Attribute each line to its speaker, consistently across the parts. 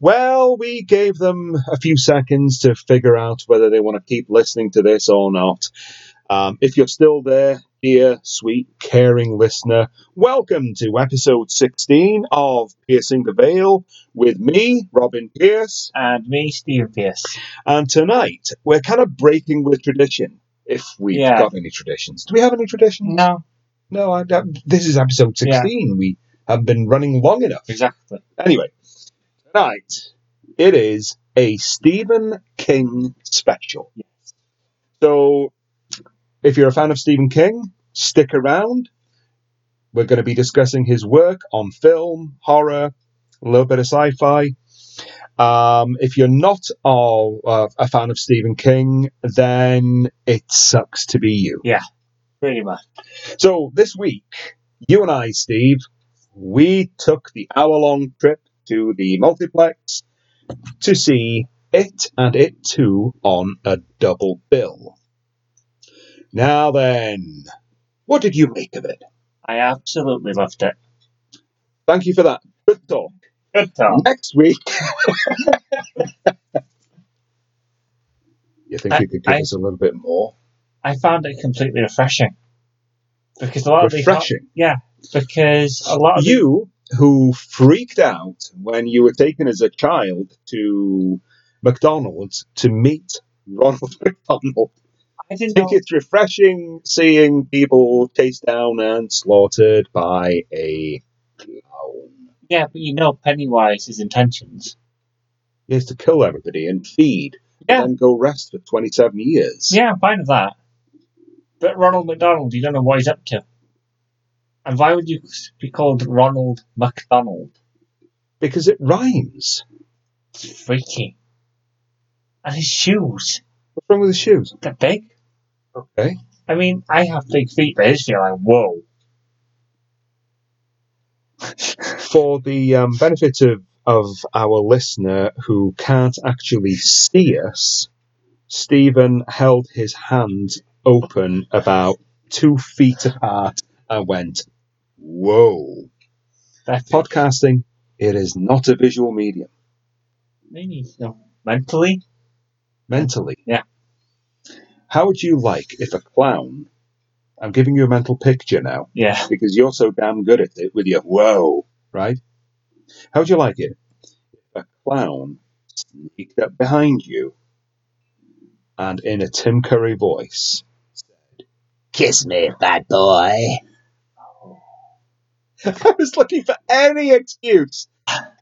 Speaker 1: Well, we gave them a few seconds to figure out whether they want to keep listening to this or not. Um, if you're still there, dear, sweet, caring listener, welcome to episode 16 of Piercing the Veil with me, Robin Pierce.
Speaker 2: And me, Steve Pierce.
Speaker 1: And tonight, we're kind of breaking with tradition, if we've
Speaker 2: Yeah.
Speaker 1: got any traditions. Do we have any traditions?
Speaker 2: No,
Speaker 1: No, I, don't- this is episode 16. We have been running long enough.
Speaker 2: exactly.
Speaker 1: Anyway, tonight it is a Stephen King special.
Speaker 2: Yes.
Speaker 1: So if you're a fan of Stephen King, stick around. We're going to be discussing his work on film, horror, a little bit of sci fi. Um, if you're not a, uh, a fan of Stephen King, then it sucks to be you.
Speaker 2: Pretty much.
Speaker 1: So this week, you and I, Steve, we took the hour long trip to the multiplex to see it and it 2 on a double bill. Now then, what did you make of it?
Speaker 2: I absolutely loved it.
Speaker 1: Thank you for that. Good talk.
Speaker 2: Good talk.
Speaker 1: Next week. you think
Speaker 2: I-
Speaker 1: you could give
Speaker 2: I-
Speaker 1: us a little bit more?
Speaker 2: I found it completely refreshing. Because a lot
Speaker 1: Refreshing.
Speaker 2: of the Yeah. Because a lot of the-
Speaker 1: you who freaked out when you were taken as a child to McDonald's to meet Ronald McDonald.
Speaker 2: I didn't
Speaker 1: I think
Speaker 2: know
Speaker 1: it's refreshing seeing people chased down and slaughtered by a clown.
Speaker 2: Yeah, but you know Pennywise's intentions.
Speaker 1: He has to kill everybody and feed,
Speaker 2: Yeah.
Speaker 1: and then go rest for 27 years.
Speaker 2: Yeah, I'm fine with that. But Ronald McDonald, you don't know what he's up to. And why would you be called Ronald McDonald?
Speaker 1: Because it rhymes.
Speaker 2: It's freaky. And his shoes,
Speaker 1: What's wrong with his shoes?
Speaker 2: they're big.
Speaker 1: Okay.
Speaker 2: I mean, I have big feet, but his feet are like, whoa.
Speaker 1: For the um, benefit of, of our listener who can't actually see us, Stephen held his hands open about two feet apart and went, Whoa.
Speaker 2: They're
Speaker 1: Podcasting, it is not a visual medium.
Speaker 2: Maybe you know, mentally.
Speaker 1: Mentally.
Speaker 2: Yeah.
Speaker 1: How would you like if a clown, I'm giving you a mental picture now,
Speaker 2: Yeah.
Speaker 1: because you're so damn good at it with your whoa, right? How would you like it? if A clown sneaked up behind you and in a Tim Curry voice said, Kiss me, bad boy. I was looking for any excuse,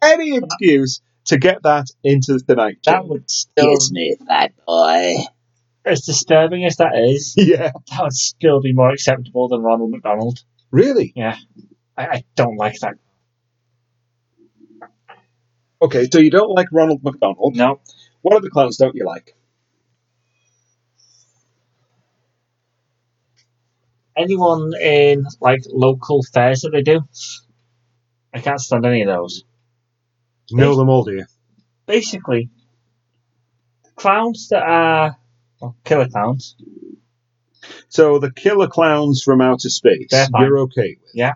Speaker 1: any excuse to get that into tonight.
Speaker 2: That would still,
Speaker 1: me, bad boy.
Speaker 2: as disturbing as that is,
Speaker 1: Yeah.
Speaker 2: that would still be more acceptable than Ronald McDonald.
Speaker 1: Really?
Speaker 2: I, I don't like that.
Speaker 1: Okay, so you don't like Ronald McDonald.
Speaker 2: No.
Speaker 1: What other clowns don't you like?
Speaker 2: Anyone in like local fairs that they do, I can't stand any of those.
Speaker 1: You know them all, do you?
Speaker 2: Basically, clowns that are well, killer clowns.
Speaker 1: So the killer clowns from outer space,
Speaker 2: They're fine.
Speaker 1: you're okay with.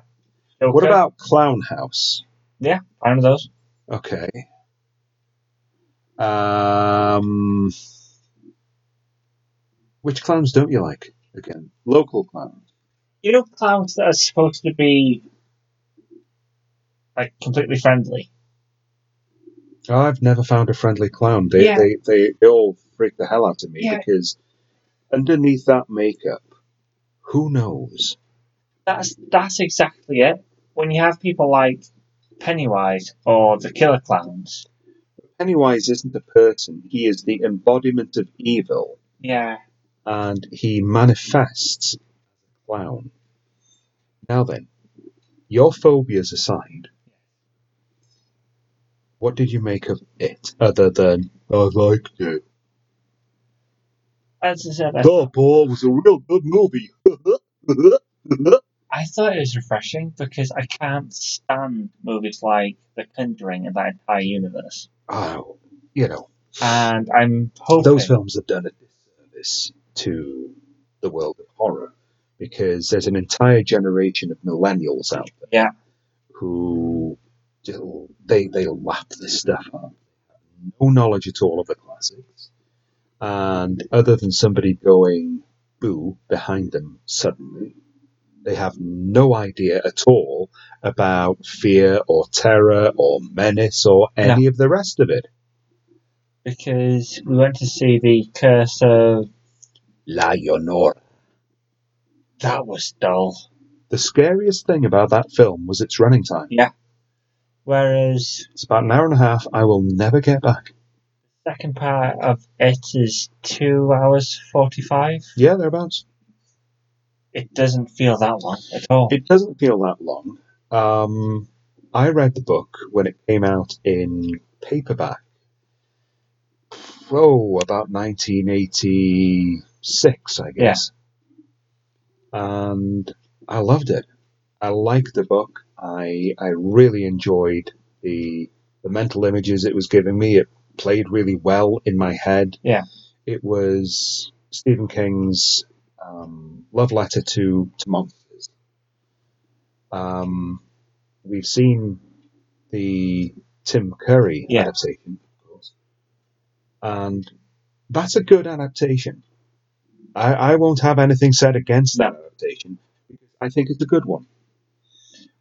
Speaker 1: What
Speaker 2: Okay,
Speaker 1: about Clown House?
Speaker 2: one of those?
Speaker 1: Okay. Um, which clowns don't you like? Again, local clowns.
Speaker 2: You know, clowns that are supposed to be like completely friendly.
Speaker 1: Oh, I've never found a friendly clown. They
Speaker 2: Yeah.
Speaker 1: they, they, they all freak the hell out of me
Speaker 2: Yeah.
Speaker 1: because underneath that makeup, who knows?
Speaker 2: that's that's exactly it. When you have people like Pennywise or the Killer Clowns,
Speaker 1: Pennywise isn't a person. He is the embodiment of evil,
Speaker 2: yeah,
Speaker 1: and he manifests as a clown. Now then, your phobias aside, what did you make of it other than I liked it?
Speaker 2: as I said, I,
Speaker 1: That ball was a real good movie.
Speaker 2: I thought it was refreshing because I can't stand movies like The Conjuring and that entire universe.
Speaker 1: oh, you know,
Speaker 2: And I'm hoping
Speaker 1: those films have done a disservice to the world of horror because there's an entire generation of millennials out there
Speaker 2: Yeah.
Speaker 1: who still- they they lap this stuff up. no knowledge at all of the classics. And other than somebody going boo behind them suddenly, they have no idea at all about fear or terror or menace or any of the rest of it.
Speaker 2: because we went to see the Curse of.
Speaker 1: La Leonora.
Speaker 2: That was dull.
Speaker 1: The scariest thing about that film was its running time.
Speaker 2: Whereas
Speaker 1: It's about an hour and a half. I will never get back.
Speaker 2: the second part of it is two hours forty-five.
Speaker 1: Yeah, thereabouts.
Speaker 2: It doesn't feel that long at all.
Speaker 1: It doesn't feel that long. Um, I read the book when it came out in paperback. Oh, about 1986, I guess. And I loved it. I liked the book. I I really enjoyed the the mental images it was giving me. It played really well in my head.
Speaker 2: Yeah.
Speaker 1: It was Stephen King's um, love letter to to monsters. Um, we've seen the Tim Curry
Speaker 2: Yeah.
Speaker 1: adaptation, of course, and that's a good adaptation. I, I won't have anything said against that adaptation because I think it's a good one.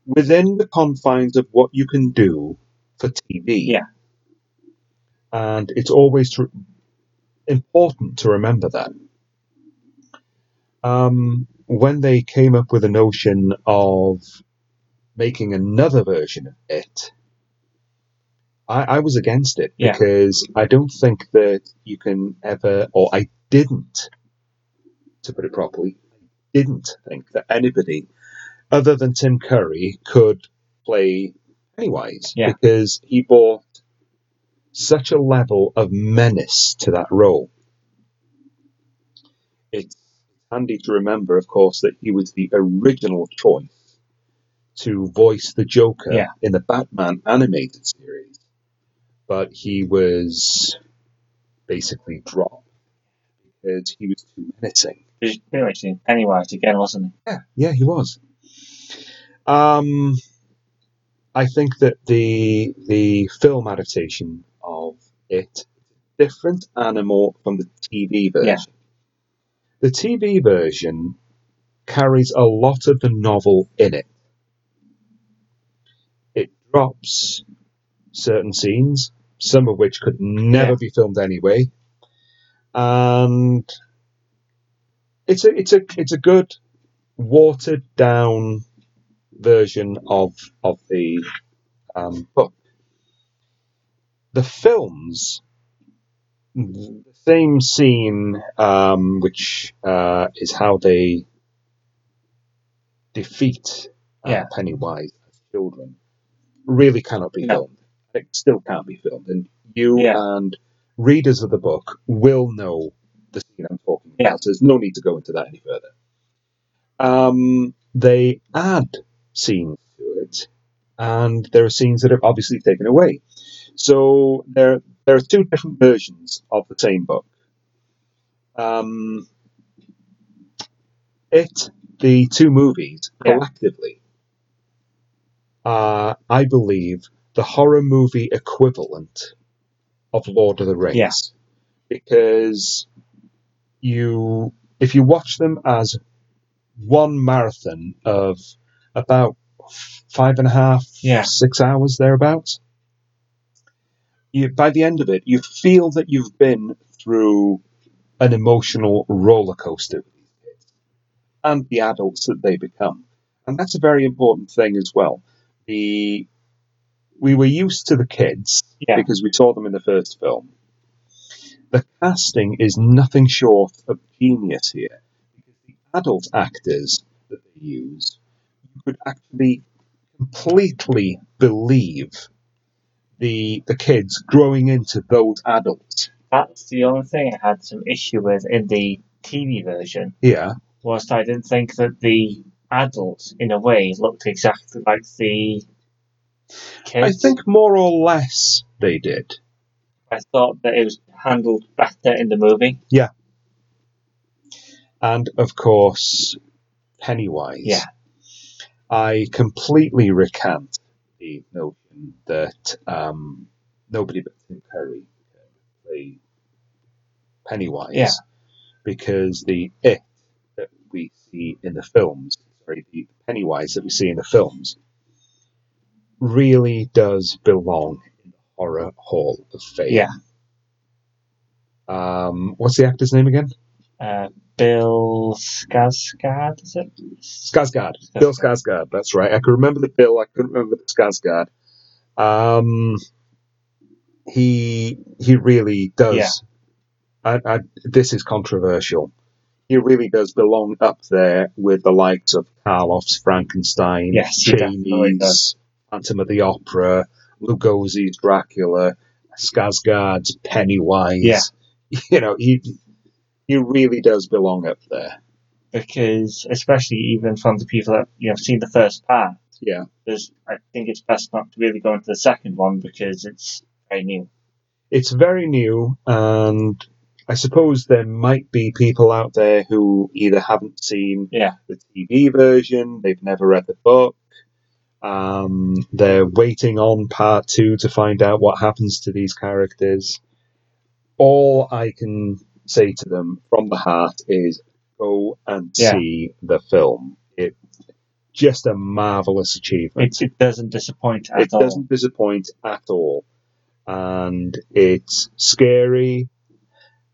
Speaker 1: Within the confines of what you can do for TV,
Speaker 2: Yeah.
Speaker 1: and it's always tr- important to remember that. Um, when they came up with the notion of making another version of it, I, I was against it
Speaker 2: Yeah.
Speaker 1: because I don't think that you can ever, or I didn't, to put it properly, didn't think that anybody other than Tim Curry could play Pennywise
Speaker 2: Yeah.
Speaker 1: because he brought such a level of menace to that role. It's handy to remember, of course, that he was the original choice to voice the Joker
Speaker 2: Yeah.
Speaker 1: in the Batman animated series, but he was basically dropped because he was too menacing.
Speaker 2: It was pretty much in Pennywise again, wasn't it?
Speaker 1: Yeah, yeah, he was. Um, I think that the the film adaptation of it different animal from the TV version.
Speaker 2: Yeah.
Speaker 1: The TV version carries a lot of the novel in it. It drops certain scenes, some of which could never
Speaker 2: Yeah.
Speaker 1: be filmed anyway, and it's a it's a it's a good watered down version of of the um, book. The films, the same scene, um, which uh, is how they defeat uh,
Speaker 2: Yeah.
Speaker 1: Pennywise as children, really cannot be
Speaker 2: No.
Speaker 1: filmed. It still can't be filmed, and you
Speaker 2: Yeah.
Speaker 1: and readers of the book will know the scene I'm talking about.
Speaker 2: Yeah.
Speaker 1: There's no need to go into that any further. Um, they add scenes to it, and there are scenes that are obviously taken away. So there, there are two different versions of the same book. Um, it, the two movies
Speaker 2: Yeah.
Speaker 1: collectively, are, I believe, the horror movie equivalent of Lord of the Rings.
Speaker 2: Yeah.
Speaker 1: Because you, if you watch them as one marathon of about five and a half,
Speaker 2: Yeah.
Speaker 1: six hours thereabouts, you, by the end of it, you feel that you've been through an emotional roller coaster with these kids and the adults that they become. And that's a very important thing as well. The we were used to the kids
Speaker 2: Yeah.
Speaker 1: because we saw them in the first film. The casting is nothing short of genius here. Because the adult actors that they use, you could actually completely believe the the kids growing into those adults.
Speaker 2: That's the only thing I had some issue with in the TV version.
Speaker 1: Yeah.
Speaker 2: whilst I didn't think that the adults, in a way, looked exactly like the
Speaker 1: I
Speaker 2: kids.
Speaker 1: think more or less they did.
Speaker 2: I thought that it was handled better in the movie.
Speaker 1: And of course, Pennywise.
Speaker 2: Yeah.
Speaker 1: I completely recant the notion that um, nobody but Tim Curry can play Pennywise.
Speaker 2: Yeah.
Speaker 1: Because the it that we see in the films, sorry, the Pennywise that we see in the films, really does belong in the Horror Hall of Fame.
Speaker 2: Yeah.
Speaker 1: Um, what's the actor's name again?
Speaker 2: Uh, Bill Skarsgård, is it?
Speaker 1: Skarsgård. Bill Skarsgård. That's right. I can remember the Bill. I couldn't remember the Skarsgård. Um, he he really does.
Speaker 2: Yeah.
Speaker 1: I, I, this is controversial. He really does belong up there with the likes of Karloff's Frankenstein,
Speaker 2: Yes, he definitely
Speaker 1: Cheney's Phantom of the Opera, Lugosi's Dracula, Skarsgård's Pennywise.
Speaker 2: Yeah.
Speaker 1: You know, he he really does belong up there.
Speaker 2: Because, especially even from the people that you know, have seen the first part,
Speaker 1: Yeah.
Speaker 2: there's, I think it's best not to really go into the second one because it's very new.
Speaker 1: it's very new, and I suppose there might be people out there who either haven't seen
Speaker 2: Yeah.
Speaker 1: the TV version, they've never read the book, um, they're waiting on part two to find out what happens to these characters. All I can say to them from the heart is go and
Speaker 2: Yeah.
Speaker 1: see the film. It just a marvelous achievement
Speaker 2: It, it doesn't disappoint at
Speaker 1: it
Speaker 2: all.
Speaker 1: doesn't disappoint at all and it's scary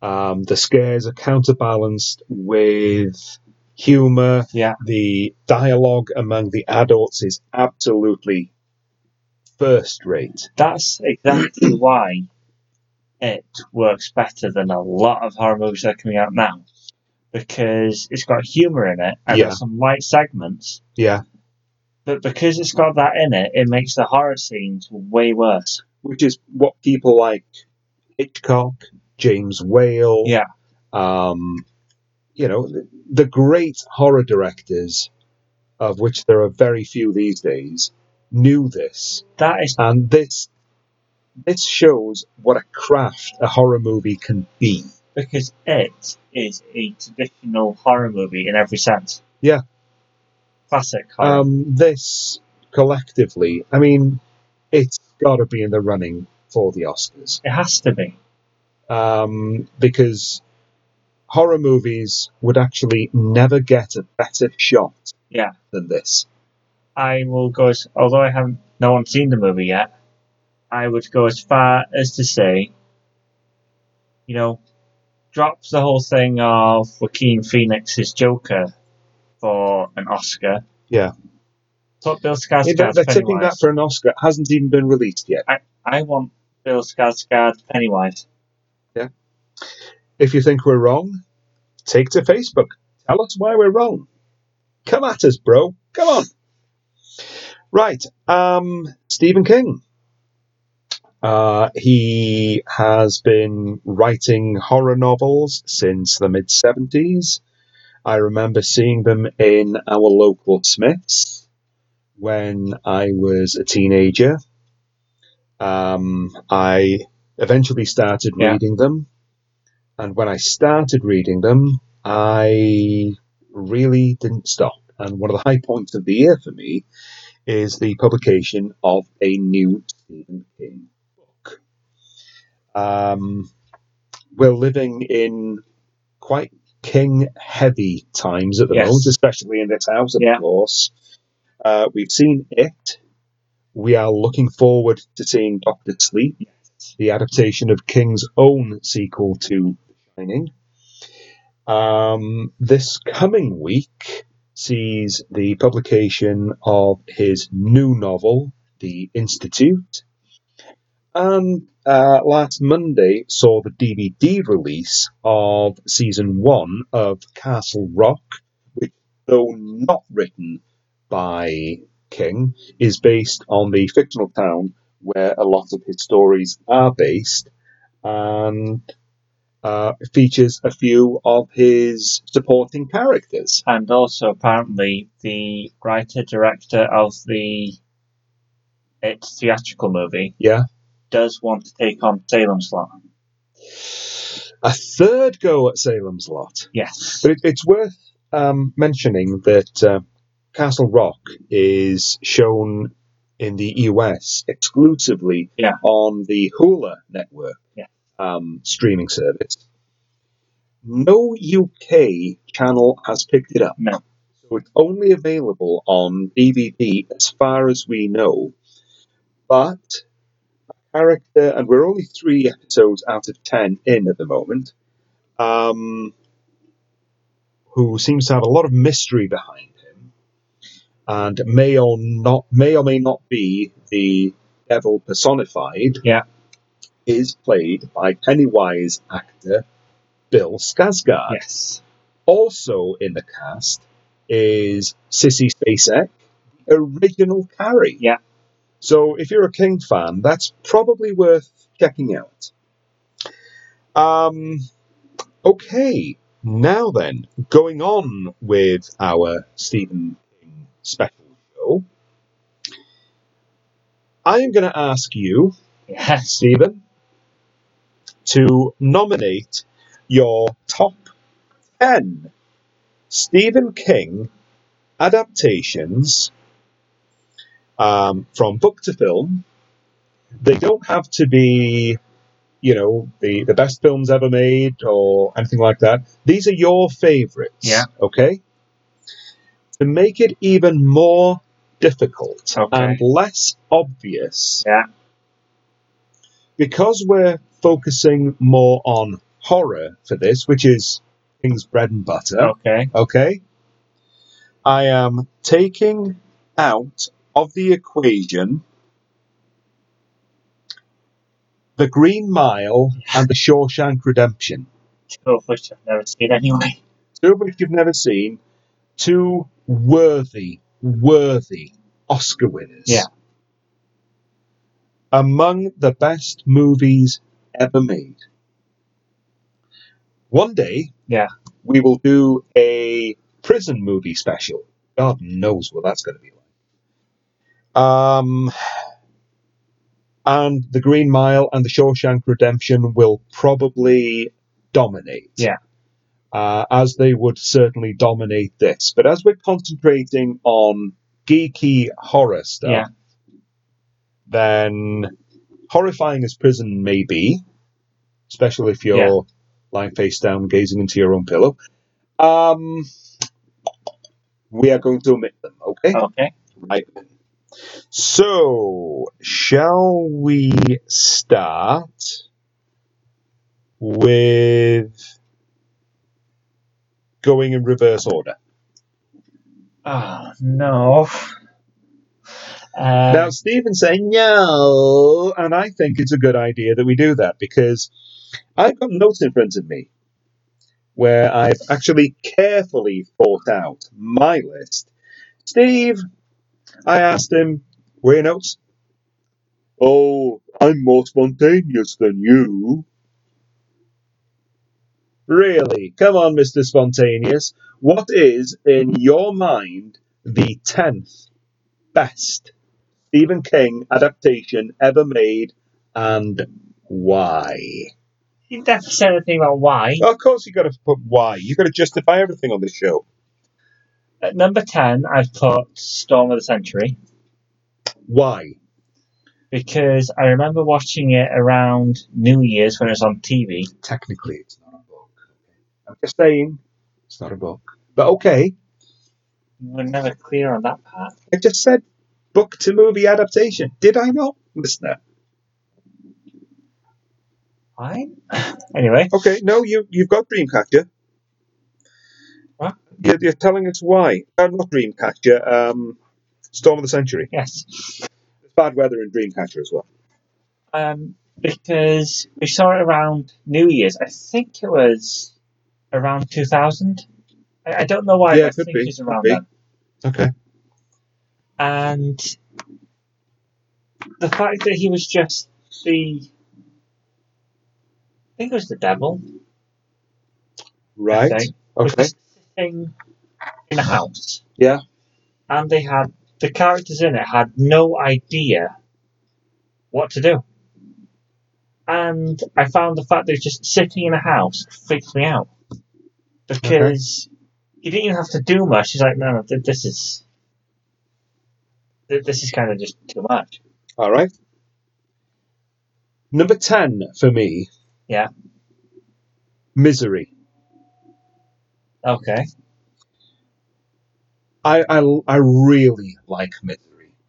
Speaker 1: um, the scares are counterbalanced with humor
Speaker 2: Yeah.
Speaker 1: the dialogue among the adults is absolutely first rate
Speaker 2: That's exactly why it works better than a lot of horror movies that are coming out now. Because it's got humour in it and
Speaker 1: Yeah.
Speaker 2: there's some light segments,
Speaker 1: yeah
Speaker 2: but because it's got that in it, it makes the horror scenes way worse.
Speaker 1: which is what people like hitchcock james whale
Speaker 2: Yeah.
Speaker 1: um, you know the, the great horror directors of which there are very few these days knew this
Speaker 2: That is
Speaker 1: and this this shows what a craft a horror movie can be.
Speaker 2: because it is a traditional horror movie in every sense.
Speaker 1: Yeah.
Speaker 2: Classic horror.
Speaker 1: Um, this collectively, I mean, it's got to be in the running for the Oscars
Speaker 2: it has to be.
Speaker 1: um, because horror movies would actually never get a better shot
Speaker 2: Yeah.
Speaker 1: than this.
Speaker 2: I will go as although I haven't no one's seen the movie yet, I would go as far as to say, you know, drop the whole thing of Joaquin Phoenix's Joker for an Oscar.
Speaker 1: Yeah.
Speaker 2: Put Bill
Speaker 1: In fact, they're
Speaker 2: Skarsgård
Speaker 1: tipping that
Speaker 2: Pennywise.
Speaker 1: for an Oscar. It hasn't even been released yet.
Speaker 2: I want Bill Skarsgård Pennywise.
Speaker 1: If you think we're wrong, take to Facebook. Tell us why we're wrong. Come at us, bro. Come on. Right. Um, Stephen King. Uh, he has been writing horror novels since the mid 70s. I remember seeing them in our local Smiths when I was a teenager. Um, I eventually started
Speaker 2: Yeah.
Speaker 1: reading them. And when I started reading them, I really didn't stop. And one of the high points of the year for me is the publication of a new Stephen King book. Um, we're living in quite King heavy times at the
Speaker 2: Yes.
Speaker 1: moment, especially in this house, of
Speaker 2: Yeah.
Speaker 1: course. Uh, we've seen it. We are looking forward to seeing Doctor Sleep the adaptation of King's own sequel to The Shining. Um, this coming week sees the publication of his new novel, The Institute. And uh, last Monday saw the DVD release of season one of Castle Rock, which, though not written by King, is based on the fictional town where a lot of his stories are based, and uh, features a few of his supporting characters.
Speaker 2: And also apparently the writer director of the its theatrical movie
Speaker 1: Yeah.
Speaker 2: does want to take on Salem's Lot.
Speaker 1: A third go at Salem's Lot.
Speaker 2: Yes.
Speaker 1: But it, it's worth um, mentioning that uh, Castle Rock is shown in the US exclusively
Speaker 2: Yeah.
Speaker 1: on the Hula network
Speaker 2: Yeah.
Speaker 1: um, streaming service. No UK channel has picked it up.
Speaker 2: No.
Speaker 1: So it's only available on DVD as far as we know. But a character, and we're only three episodes out of ten in at the moment, um, who seems to have a lot of mystery behind him, and may or not may or may not be the devil personified.
Speaker 2: Yeah.
Speaker 1: is played by Pennywise actor Bill Skarsgård
Speaker 2: Yes.
Speaker 1: also in the cast is Sissy Spacek, original Carrie.
Speaker 2: Yeah.
Speaker 1: So if you're a King fan, that's probably worth checking out. Um, okay, now then, going on with our Stephen King special show, I am going to ask you,
Speaker 2: Yes.
Speaker 1: Stephen, to nominate your top 10 Stephen King adaptations um, from book to film. They don't have to be, you know, the, the best films ever made or anything like that. These are your favorites.
Speaker 2: Yeah.
Speaker 1: Okay. To make it even more difficult
Speaker 2: Okay.
Speaker 1: and less obvious.
Speaker 2: Yeah.
Speaker 1: Because we're focusing more on horror for this, which is King's bread and butter.
Speaker 2: Okay.
Speaker 1: Okay? I am taking out of the equation the Green Mile and the Shawshank Redemption.
Speaker 2: Two of which I've never seen anyway.
Speaker 1: Two of which you've never seen, two worthy, worthy Oscar winners.
Speaker 2: Yeah.
Speaker 1: Among the best movies ever made. One day,
Speaker 2: Yeah.
Speaker 1: we will do a prison movie special. God knows what that's going to be like. Um, and The Green Mile and The Shawshank Redemption will probably dominate.
Speaker 2: Yeah.
Speaker 1: Uh, as they would certainly dominate this. But as we're concentrating on geeky horror stuff,
Speaker 2: Yeah.
Speaker 1: then horrifying as prison may be, especially if you're
Speaker 2: Yeah.
Speaker 1: lying face down, gazing into your own pillow. Um, we are going to omit them, okay?
Speaker 2: Okay.
Speaker 1: Right. So, shall we start with going in reverse order?
Speaker 2: Oh, no. Um,
Speaker 1: now, Stephen's saying no, and I think it's a good idea that we do that because I've got notes in front of me where I've actually carefully thought out my list. Steve, I asked him, were your notes? Oh, I'm more spontaneous than you. Really? Come on, Mr. Spontaneous. What is, in your mind, the 10th best Stephen King adaptation ever made and why?
Speaker 2: you never said anything about why.
Speaker 1: Of course, you got to put why. you got to justify everything on this show.
Speaker 2: At number 10, I've put Storm of the Century
Speaker 1: Why?
Speaker 2: because I remember watching it around New Year's when it was on TV.
Speaker 1: Technically, it's not a book. I'm just saying, it's not a book. But okay,
Speaker 2: We were never clear on that part.
Speaker 1: I just said book to movie adaptation. Did I not, listener?
Speaker 2: Fine. anyway,
Speaker 1: Okay, no, you, you've got Dreamcatcher.
Speaker 2: What?
Speaker 1: You're, you're telling us why. Uh, not Dreamcatcher, um, Storm of the Century.
Speaker 2: yes.
Speaker 1: It's bad weather in Dreamcatcher as well.
Speaker 2: um, because we saw it around New Year's. I think it was around 2000. I, I don't know why.
Speaker 1: Yeah,
Speaker 2: I
Speaker 1: it could
Speaker 2: think
Speaker 1: be,
Speaker 2: it's around
Speaker 1: could be.
Speaker 2: then.
Speaker 1: Okay.
Speaker 2: And the fact that he was just the, I think it was the devil.
Speaker 1: Right.
Speaker 2: I think, was
Speaker 1: Okay.
Speaker 2: just sitting in a house.
Speaker 1: Yeah.
Speaker 2: And they had the characters in it had no idea what to do. And I found the fact they were just sitting in a house freaked me out because you didn't even have to do much. He's like, no, no, th- this is th- this is kind of just too much.
Speaker 1: All right. Number 10 for me.
Speaker 2: Yeah.
Speaker 1: Misery.
Speaker 2: Okay.
Speaker 1: I, I, I really like misery.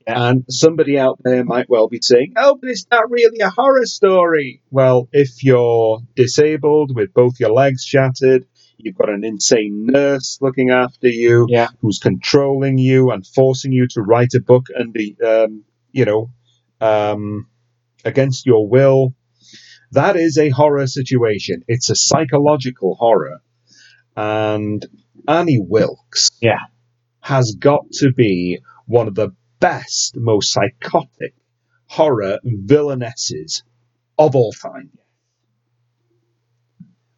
Speaker 2: Yeah.
Speaker 1: And somebody out there might well be saying, oh, but it's not really a horror story. Well, if you're disabled with both your legs shattered, you've got an insane nurse looking after you
Speaker 2: Yeah.
Speaker 1: who's controlling you and forcing you to write a book and the, um, you know, um, against your will. That is a horror situation. It's a psychological horror. And Annie Wilkes
Speaker 2: Yeah.
Speaker 1: has got to be one of the best, most psychotic horror villainesses of all time.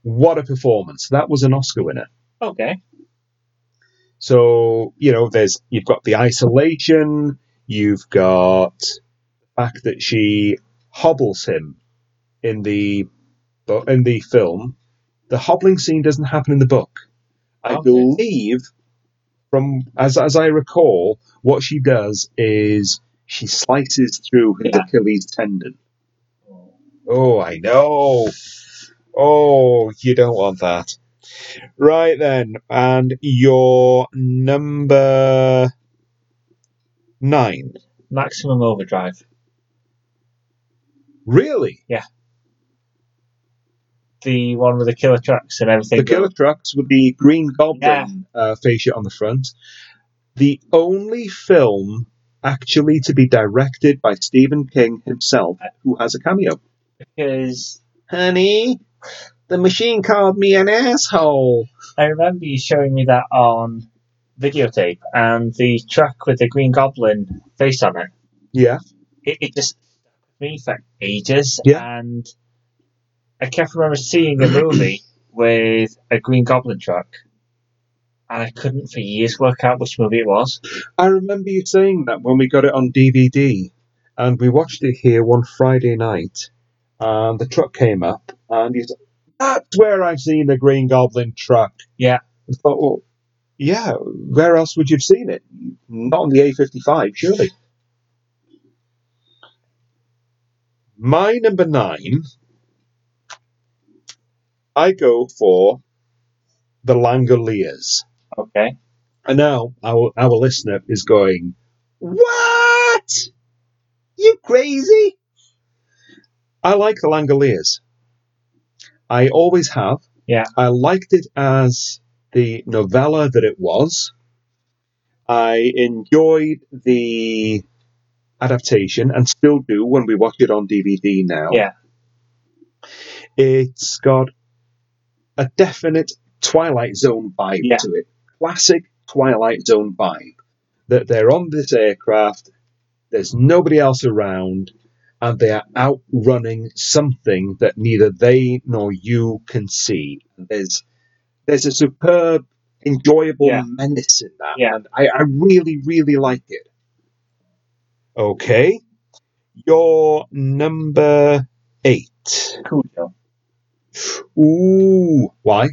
Speaker 1: What a performance. That was an Oscar winner.
Speaker 2: Okay.
Speaker 1: So, you know, there's you've got the isolation, you've got the fact that she hobbles him in the bu- in the film. The hobbling scene doesn't happen in the book. I
Speaker 2: Okay.
Speaker 1: believe from as as I recall, what she does is she slices through his
Speaker 2: Yeah.
Speaker 1: Achilles tendon. Oh, I know. Oh, you don't want that. Right then, and your number nine.
Speaker 2: Maximum overdrive.
Speaker 1: Really?
Speaker 2: The one with the killer trucks and everything.
Speaker 1: The killer trucks with the green goblin uh, fascia on the front. The only film actually to be directed by Stephen King himself, who has a cameo.
Speaker 2: Because
Speaker 1: Honey, the machine called me an asshole.
Speaker 2: I remember you showing me that on videotape and the truck with the Green Goblin face on it.
Speaker 1: Yeah.
Speaker 2: It, it just stuck with me for ages.
Speaker 1: Yeah.
Speaker 2: And I can't remember seeing a movie with a Green Goblin truck. And I couldn't for years work out which movie it was.
Speaker 1: I remember you saying that when we got it on DVD, and we watched it here one Friday night, and the truck came up, and you said, "That's where I've seen the Green Goblin truck."
Speaker 2: Yeah.
Speaker 1: I thought, well, yeah, where else would you have seen it? Not on the A55, surely. My number nine, I go for the Langoliers.
Speaker 2: Okay.
Speaker 1: And now our our listener is going, What? You crazy? I like the Langoliers. I always have.
Speaker 2: Yeah.
Speaker 1: I liked it as the novella that it was. I enjoyed the adaptation and still do when we watch it on DVD now.
Speaker 2: Yeah.
Speaker 1: It's got a definite Twilight Zone vibe
Speaker 2: Yeah.
Speaker 1: to it. Classic Twilight Zone vibe. That they're on this aircraft, there's nobody else around, and they are outrunning something that neither they nor you can see. There's there's a superb, enjoyable
Speaker 2: Yeah.
Speaker 1: menace in that,
Speaker 2: Yeah.
Speaker 1: and I, I really, really like it. Okay, your number eight.
Speaker 2: Cujo.
Speaker 1: Ooh, why?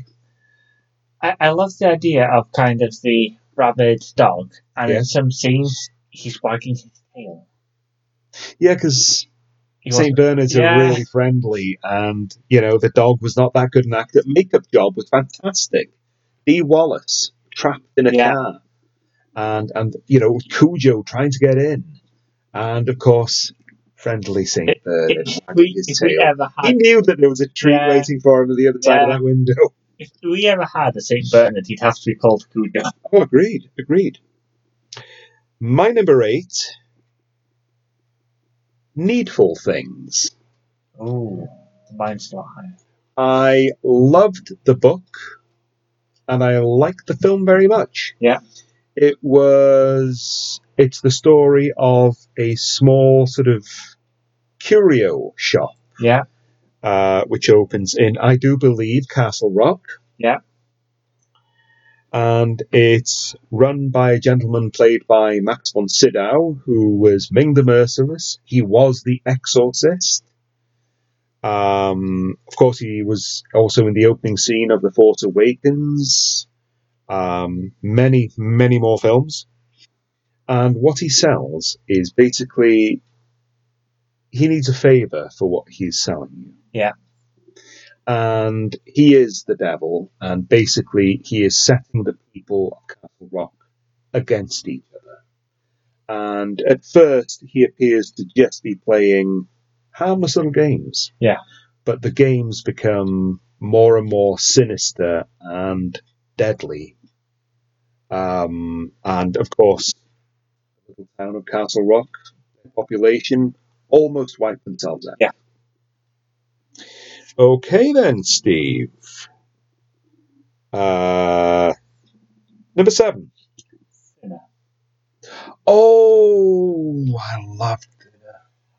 Speaker 2: I, I love the idea of kind of the rabid dog, and in
Speaker 1: Yes.
Speaker 2: some scenes he's wagging his tail.
Speaker 1: Yeah, because
Speaker 2: He
Speaker 1: St. Bernards
Speaker 2: Yeah.
Speaker 1: are really friendly, and you know the dog was not that good an actor. Makeup job was fantastic. B. Wallace trapped in a
Speaker 2: Yeah.
Speaker 1: car, and and you know Cujo trying to get in, and of course friendly St.
Speaker 2: It-
Speaker 1: Bernard
Speaker 2: wasn't- if,
Speaker 1: wagging
Speaker 2: we,
Speaker 1: his
Speaker 2: if we
Speaker 1: tail.
Speaker 2: ever
Speaker 1: He
Speaker 2: had,
Speaker 1: knew that there was a tree
Speaker 2: Yeah.
Speaker 1: waiting for him at the other side of
Speaker 2: Yeah.
Speaker 1: that window.
Speaker 2: if we ever had a Saint Bernard, he'd have to be called Cujo.
Speaker 1: Oh, agreed, agreed. My number eight. Needful things.
Speaker 2: Oh, the mind's not high.
Speaker 1: I loved the book and I liked the film very much.
Speaker 2: Yeah.
Speaker 1: It was it's the story of a small sort of curio shop
Speaker 2: Yeah,
Speaker 1: uh, which opens in I do believe Castle Rock.
Speaker 2: Yeah.
Speaker 1: And it's run by a gentleman played by Max von Sydow, who was Ming the Merciless. He was the Exorcist. Um, of course, he was also in the opening scene of The Force Awakens. Um, many, many more films. And what he sells is basically he needs a favor for what he's selling you.
Speaker 2: Yeah.
Speaker 1: And he is the devil, and basically he is setting the people of Castle Rock against each other. And at first, he appears to just be playing harmless little games.
Speaker 2: Yeah.
Speaker 1: But the games become more and more sinister and deadly. Um, and of course, the little town of Castle Rock, the population almost wipe themselves out.
Speaker 2: Yeah.
Speaker 1: Okay then, Steve. Uh, number seven.
Speaker 2: Thinner.
Speaker 1: Oh, I love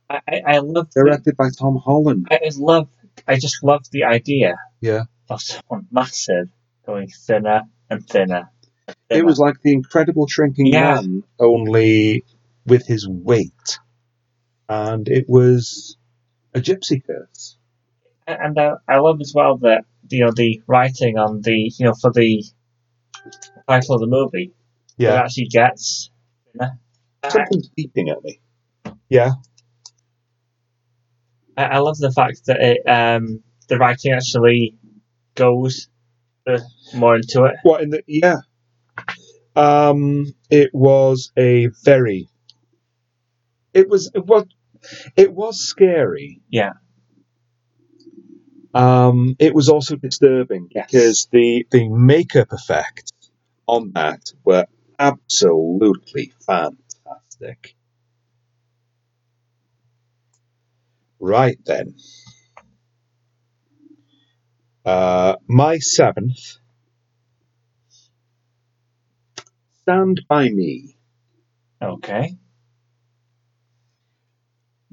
Speaker 2: I, I, I love the,
Speaker 1: directed by Tom Holland.
Speaker 2: I just love I just love the idea
Speaker 1: Yeah.
Speaker 2: of someone massive going thinner and thinner. and
Speaker 1: It
Speaker 2: thinner.
Speaker 1: was like the Incredible Shrinking
Speaker 2: Yeah.
Speaker 1: Man, only with his weight, and it was a gypsy curse.
Speaker 2: and I, I love as well that you know the writing on the you know for the title of the movie it actually gets thinner. I,
Speaker 1: something's beeping at me. Yeah,
Speaker 2: I I love the fact that it, um, the writing actually goes uh, more into it.
Speaker 1: What in the yeah? Um, it was a very. It was it was it was scary.
Speaker 2: Yeah.
Speaker 1: Um, it was also disturbing
Speaker 2: Yes.
Speaker 1: because the the makeup effects on that were absolutely fantastic. Right then. Uh, my seventh. Stand by me.
Speaker 2: Okay.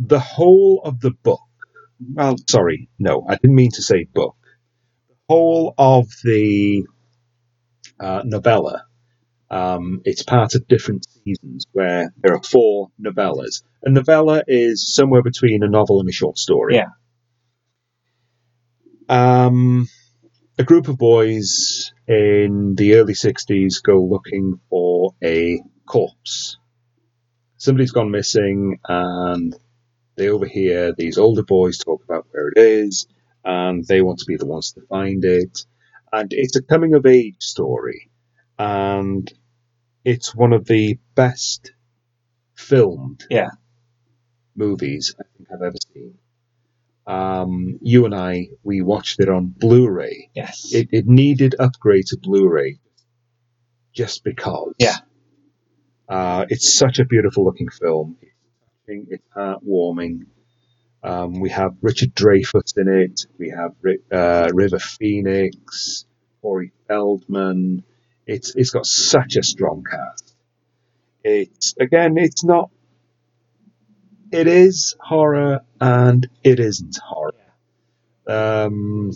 Speaker 1: the whole of the book. Well, sorry, no, I didn't mean to say book. The whole of the uh, novella. Um, it's part of different seasons where there are four novellas. A novella is somewhere between a novel and a short story.
Speaker 2: Yeah.
Speaker 1: Um, a group of boys in the early 60s go looking for a corpse. Somebody's gone missing, and they overhear these older boys talk about where it is, and they want to be the ones to find it. And it's a coming of age story, and it's one of the best filmed
Speaker 2: Yeah.
Speaker 1: movies I think I've ever seen. Um, you and I, we watched it on Blu ray
Speaker 2: Yes.
Speaker 1: it, it needed upgrade to Blu-ray just because.
Speaker 2: Yeah.
Speaker 1: Uh, it's such a beautiful looking film. It's touching, It's heartwarming. Um, we have Richard Dreyfuss in it. We have Ri- uh, River Phoenix, Corey Feldman. It's it's got such a strong cast. It's again, it's not. It is horror and it isn't horror. Um,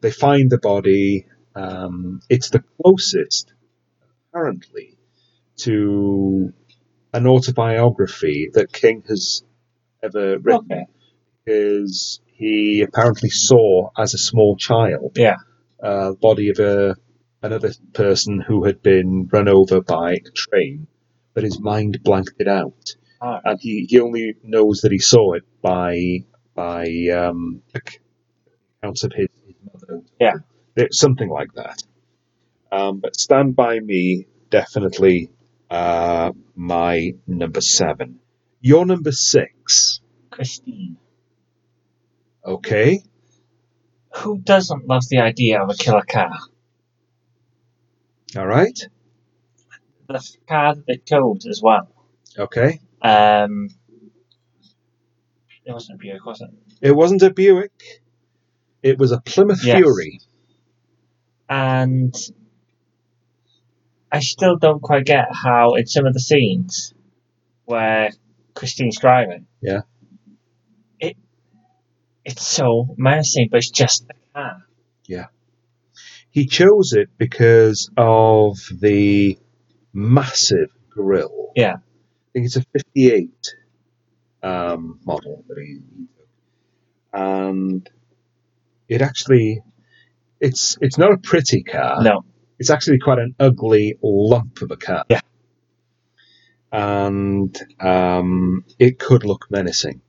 Speaker 1: they find the body. Um, it's the closest, apparently, to an autobiography that King has ever written
Speaker 2: Okay.
Speaker 1: because he apparently saw as a small child
Speaker 2: Yeah.
Speaker 1: uh, body of a another person who had been run over by a train, but his mind blanked it out,
Speaker 2: Ah.
Speaker 1: and he, he only knows that he saw it by by um, accounts of his, his mother.
Speaker 2: Yeah.
Speaker 1: It- something like that. Um, but Stand By Me, definitely uh, my number seven. Your number six,
Speaker 2: Christine.
Speaker 1: okay?
Speaker 2: Who doesn't love the idea of a killer car?
Speaker 1: All right,
Speaker 2: The f- car that they towed as well.
Speaker 1: okay.
Speaker 2: Um, it wasn't a Buick, was it?
Speaker 1: It wasn't a Buick. It was a Plymouth
Speaker 2: Yes.
Speaker 1: Fury.
Speaker 2: and I still don't quite get how in some of the scenes where Christine's driving,
Speaker 1: Yeah.
Speaker 2: it it's so menacing, but it's just a car.
Speaker 1: He chose it because of the massive grill.
Speaker 2: Yeah.
Speaker 1: I think it's a 58 um, model that he he took. And it actually, it's it's not a pretty car.
Speaker 2: No,
Speaker 1: It's actually quite an ugly lump of a car.
Speaker 2: Yeah.
Speaker 1: and um, it could look menacing,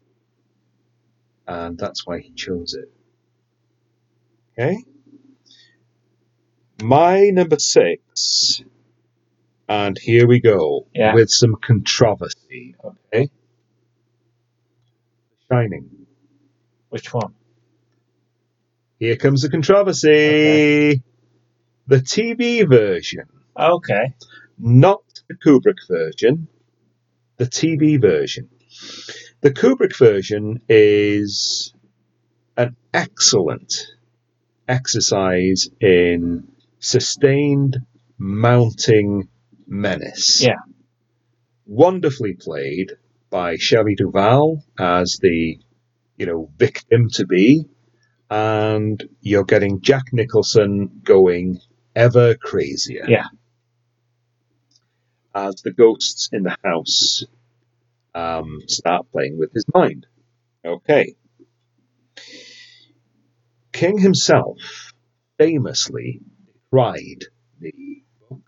Speaker 1: and that's why he chose it. Okay, my number six, and here we go
Speaker 2: Yeah.
Speaker 1: with some controversy. Okay, Shining.
Speaker 2: Which one?
Speaker 1: Here comes the controversy.
Speaker 2: Okay.
Speaker 1: The TV version,
Speaker 2: Okay.
Speaker 1: not the Kubrick version, the TV version. The Kubrick version is an excellent exercise in sustained mounting menace.
Speaker 2: Yeah.
Speaker 1: Wonderfully played by Shelley Duvall as the, you know, victim to be. And you're getting Jack Nicholson going ever crazier.
Speaker 2: Yeah.
Speaker 1: As the ghosts in the house um, start playing with his mind. Okay. King himself famously tried the book.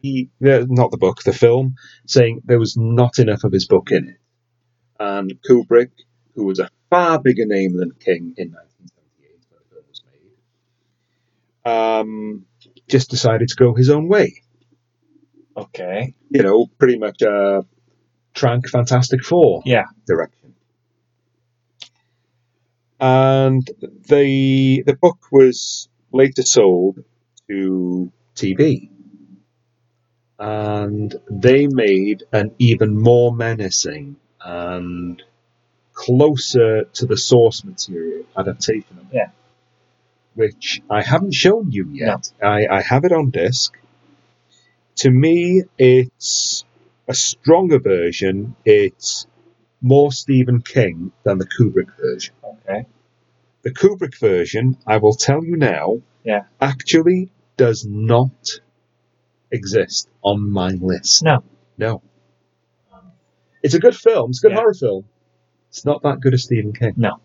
Speaker 1: He, uh, not the book, the film, saying there was not enough of his book in it. And Kubrick, who was a far bigger name than King in 1978 when the film was made, um, just decided to go his own way.
Speaker 2: Okay.
Speaker 1: You know, pretty much a Trank Fantastic Four
Speaker 2: Yeah.
Speaker 1: direction. And the the book was later sold to TV, and they made an even more menacing and closer to the source material adaptation of it.
Speaker 2: Yeah.
Speaker 1: Which I haven't shown you yet. I, I have it on disc. To me, it's a stronger version. It's more Stephen King than the Kubrick version.
Speaker 2: Okay.
Speaker 1: The Kubrick version, I will tell you now,
Speaker 2: Yeah.
Speaker 1: actually does not exist on my list.
Speaker 2: No.
Speaker 1: No. It's a good film, it's a good
Speaker 2: Yeah.
Speaker 1: horror film. It's not that good as Stephen King.
Speaker 2: No.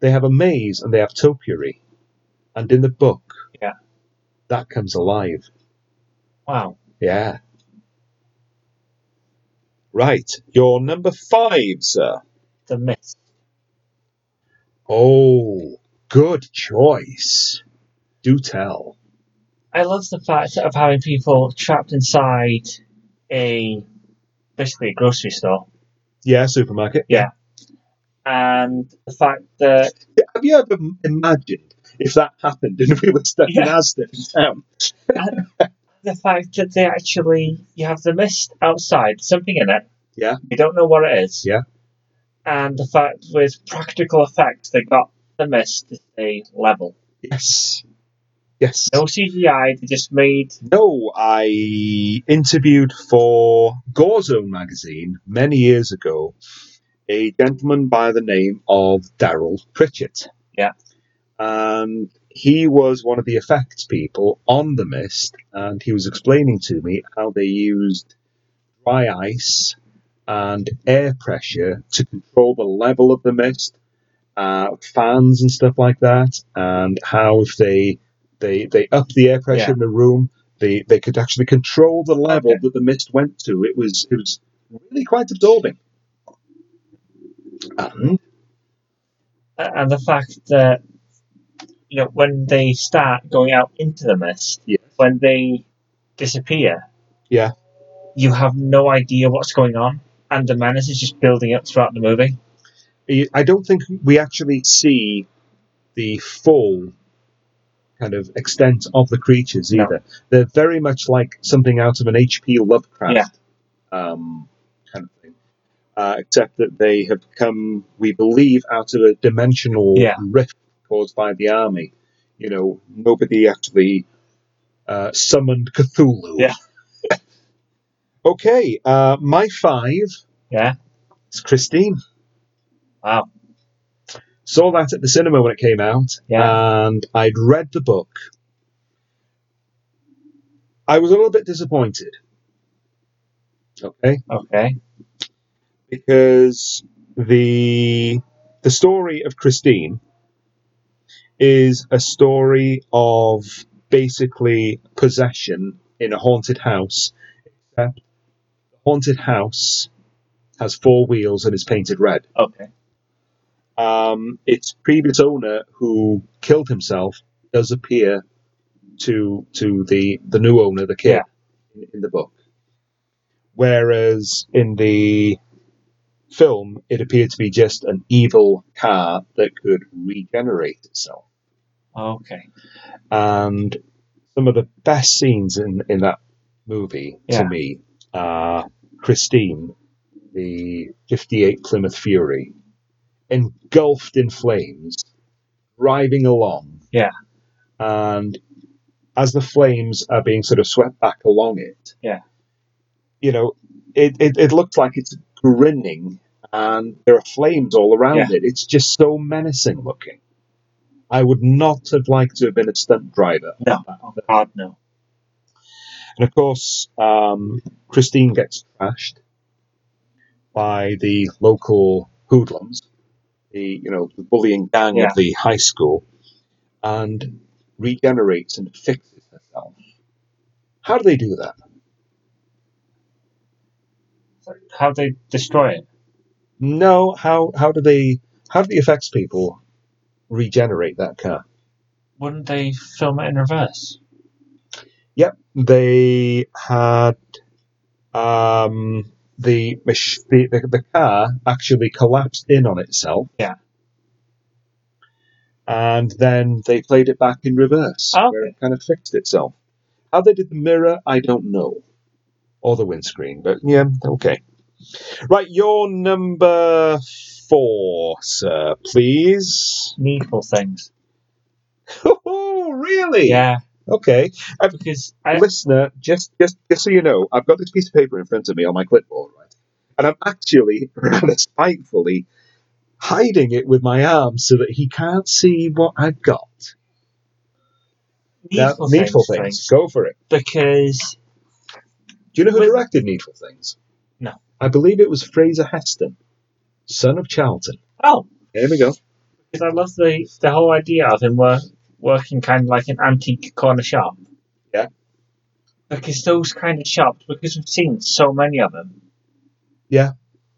Speaker 1: They have a maze and they have topiary. And in the book,
Speaker 2: Yeah.
Speaker 1: that comes alive.
Speaker 2: Wow.
Speaker 1: Yeah. Right, your number five, sir.
Speaker 2: The myth.
Speaker 1: Oh, good choice. Do tell.
Speaker 2: I love the fact of having people trapped inside a basically a grocery store,
Speaker 1: Yeah, supermarket.
Speaker 2: and the fact that
Speaker 1: Have you ever m- imagined if that happened and we were stuck in
Speaker 2: Yeah.
Speaker 1: Asda in town?
Speaker 2: the fact that they actually you have the mist outside, something in it.
Speaker 1: Yeah.
Speaker 2: We don't know what it is.
Speaker 1: Yeah.
Speaker 2: And the fact with practical effects they got the mist to stay level.
Speaker 1: Yes. Yes.
Speaker 2: No CGI, they just made
Speaker 1: No, I interviewed for Gorezone magazine many years ago a gentleman by the name of Daryl Pritchett.
Speaker 2: Yeah.
Speaker 1: And he was one of the effects people on The Mist, and he was explaining to me how they used dry ice and air pressure to control the level of the mist, uh, fans and stuff like that, and how if they they, they up the air pressure
Speaker 2: Yeah.
Speaker 1: in the room, they, they could actually control the level
Speaker 2: Okay.
Speaker 1: that the mist went to. It was it was really quite absorbing. And
Speaker 2: and the fact that you know when they start going out into the mist,
Speaker 1: Yeah.
Speaker 2: when they disappear,
Speaker 1: Yeah.
Speaker 2: you have no idea what's going on, and the menace is just building up throughout the movie.
Speaker 1: I don't think we actually see the full kind of extent of the creatures
Speaker 2: No.
Speaker 1: either. They're very much like something out of an H.P. Lovecraft
Speaker 2: Yeah.
Speaker 1: um, kind of thing, uh, except that they have come, we believe, out of a dimensional
Speaker 2: Yeah.
Speaker 1: rift caused by the army. You know, nobody actually uh, summoned Cthulhu.
Speaker 2: Yeah.
Speaker 1: okay, uh, my five
Speaker 2: Yeah.
Speaker 1: is Christine.
Speaker 2: Wow.
Speaker 1: Saw that at the cinema when it came out,
Speaker 2: Yeah.
Speaker 1: and I'd read the book. I was a little bit disappointed. Okay,
Speaker 2: Okay.
Speaker 1: because the the story of Christine is a story of basically possession in a haunted house, except the haunted house has four wheels and is painted red.
Speaker 2: Okay.
Speaker 1: um, its previous owner, who killed himself, does appear to to the the new owner, the kid, in, in the book. Whereas in the film, it appeared to be just an evil car that could regenerate itself.
Speaker 2: Okay.
Speaker 1: And some of the best scenes in in that movie
Speaker 2: Yeah.
Speaker 1: to me are Christine, the '58 Plymouth Fury, engulfed in flames driving along.
Speaker 2: Yeah.
Speaker 1: And as the flames are being sort of swept back along it,
Speaker 2: Yeah.
Speaker 1: you know, it, it, it looks like it's grinning and there are flames all around
Speaker 2: Yeah.
Speaker 1: it. It's just so menacing looking. I would not have liked to have been a stunt driver.
Speaker 2: No. Oh, God, no.
Speaker 1: And of course, um, Christine gets trashed by the local hoodlums, the you know the bullying gang
Speaker 2: Yeah.
Speaker 1: of the high school, and regenerates and fixes herself. How do they do that?
Speaker 2: How they destroy it?
Speaker 1: No, how how do they how do the effects people regenerate that car?
Speaker 2: Wouldn't they film it in reverse?
Speaker 1: they had um, the, mach- the the the car actually collapsed in on itself.
Speaker 2: Yeah.
Speaker 1: And then they played it back in reverse,
Speaker 2: Oh, Okay.
Speaker 1: where it kind of fixed itself. How they did the mirror, I don't know, or the windscreen, but yeah, okay. Right, your number four, sir, please.
Speaker 2: Needful things.
Speaker 1: Oh, really?
Speaker 2: Yeah.
Speaker 1: Okay.
Speaker 2: Because uh, I,
Speaker 1: listener, just just just so you know, I've got this piece of paper in front of me on my clipboard, right? And I'm actually rather spitefully hiding it with my arm so that he can't see what I've got. Now,
Speaker 2: needful,
Speaker 1: needful
Speaker 2: things,
Speaker 1: things, Go for it.
Speaker 2: Because
Speaker 1: Do you know who
Speaker 2: With-
Speaker 1: directed Needful Things?
Speaker 2: No.
Speaker 1: I believe it was Fraser Heston, son of Charlton.
Speaker 2: oh,
Speaker 1: There we go.
Speaker 2: because I love the the whole idea of him wor- working kind of like an antique corner shop.
Speaker 1: Yeah.
Speaker 2: Because those kind of shops, because we've seen so many of them.
Speaker 1: Yeah.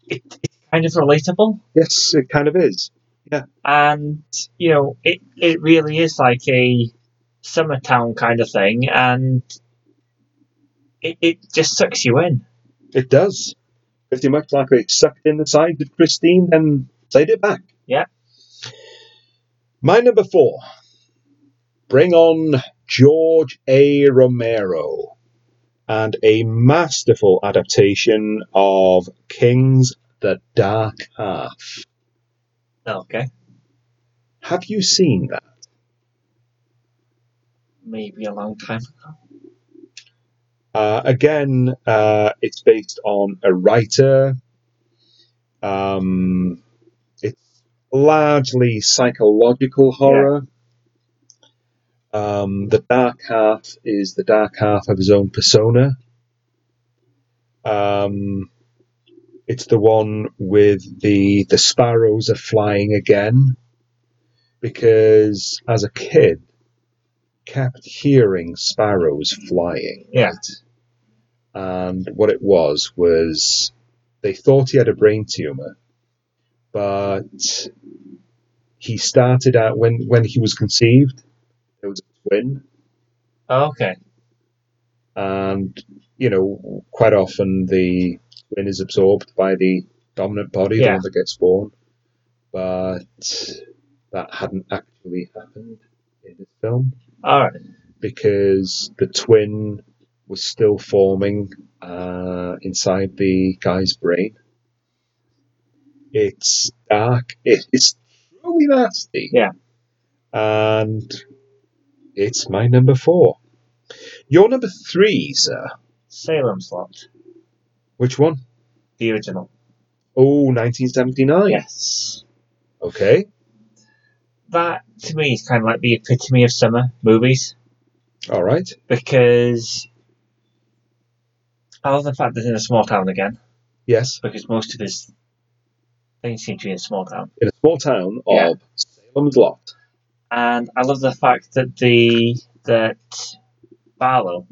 Speaker 2: It, it's kind of relatable,
Speaker 1: Yes, it kind of is.
Speaker 2: and you know, it it really is like a summer town kind of thing, and it it just sucks you in.
Speaker 1: It does. Pretty much like they sucked in the sides of Christine and played it back.
Speaker 2: Yeah.
Speaker 1: My number four. Bring on George A. Romero and a masterful adaptation of King's The Dark Half.
Speaker 2: Okay,
Speaker 1: Have you seen that?
Speaker 2: maybe a long time ago.
Speaker 1: Uh, again, uh, it's based on a writer. Um, it's largely psychological horror. Um, the dark half is the dark half of his own persona. Um, it's the one with the the sparrows are flying again, because as a kid, kept hearing sparrows flying
Speaker 2: Yeah,
Speaker 1: and what it was was they thought he had a brain tumor, but he started out when when he was conceived. There was a twin,
Speaker 2: okay,
Speaker 1: and you know quite often the twin is absorbed by the dominant body, the
Speaker 2: Yeah.
Speaker 1: one that gets born. But that hadn't actually happened in this film
Speaker 2: all right,
Speaker 1: because the twin was still forming uh, inside the guy's brain. It's dark. It, it's truly nasty.
Speaker 2: Yeah.
Speaker 1: And it's my number four. Your number three, sir.
Speaker 2: Salem slot,
Speaker 1: Which one?
Speaker 2: the original. Oh,
Speaker 1: Oh, 1979.
Speaker 2: Yes.
Speaker 1: Okay.
Speaker 2: that to me is kind of like the epitome of summer movies
Speaker 1: All right.
Speaker 2: because I love the fact that it's in a small town again
Speaker 1: Yes.
Speaker 2: because most of his things seem to be in a small town.
Speaker 1: In a small town of
Speaker 2: Yeah.
Speaker 1: Salem's Lot.
Speaker 2: And I love the fact that the that Barlow,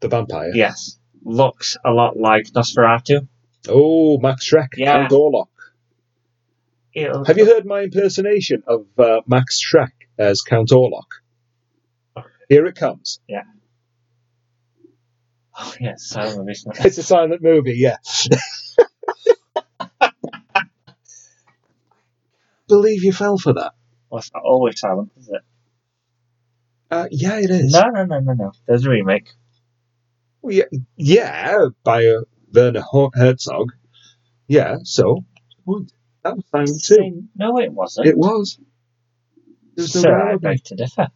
Speaker 1: The vampire.
Speaker 2: yes, looks a lot like Nosferatu.
Speaker 1: Oh, Max Shrek
Speaker 2: Yeah.
Speaker 1: and Gorlock.
Speaker 2: It'll-
Speaker 1: Have you heard my impersonation of uh, Max Shrek as Count Orlok? Here it comes.
Speaker 2: Oh, yes, silent movie.
Speaker 1: It's a silent movie, yeah. Believe you fell for that.
Speaker 2: Well, it's not always silent, is it?
Speaker 1: Uh, yeah, it is.
Speaker 2: No, no, no, no, no. There's a remake.
Speaker 1: Well, yeah, yeah, by uh, Werner Ho- Herzog. Yeah, so well, that was silent too.
Speaker 2: Same- No, it wasn't.
Speaker 1: It was. There's no
Speaker 2: Sir, I
Speaker 1: dialogue.
Speaker 2: beg to differ.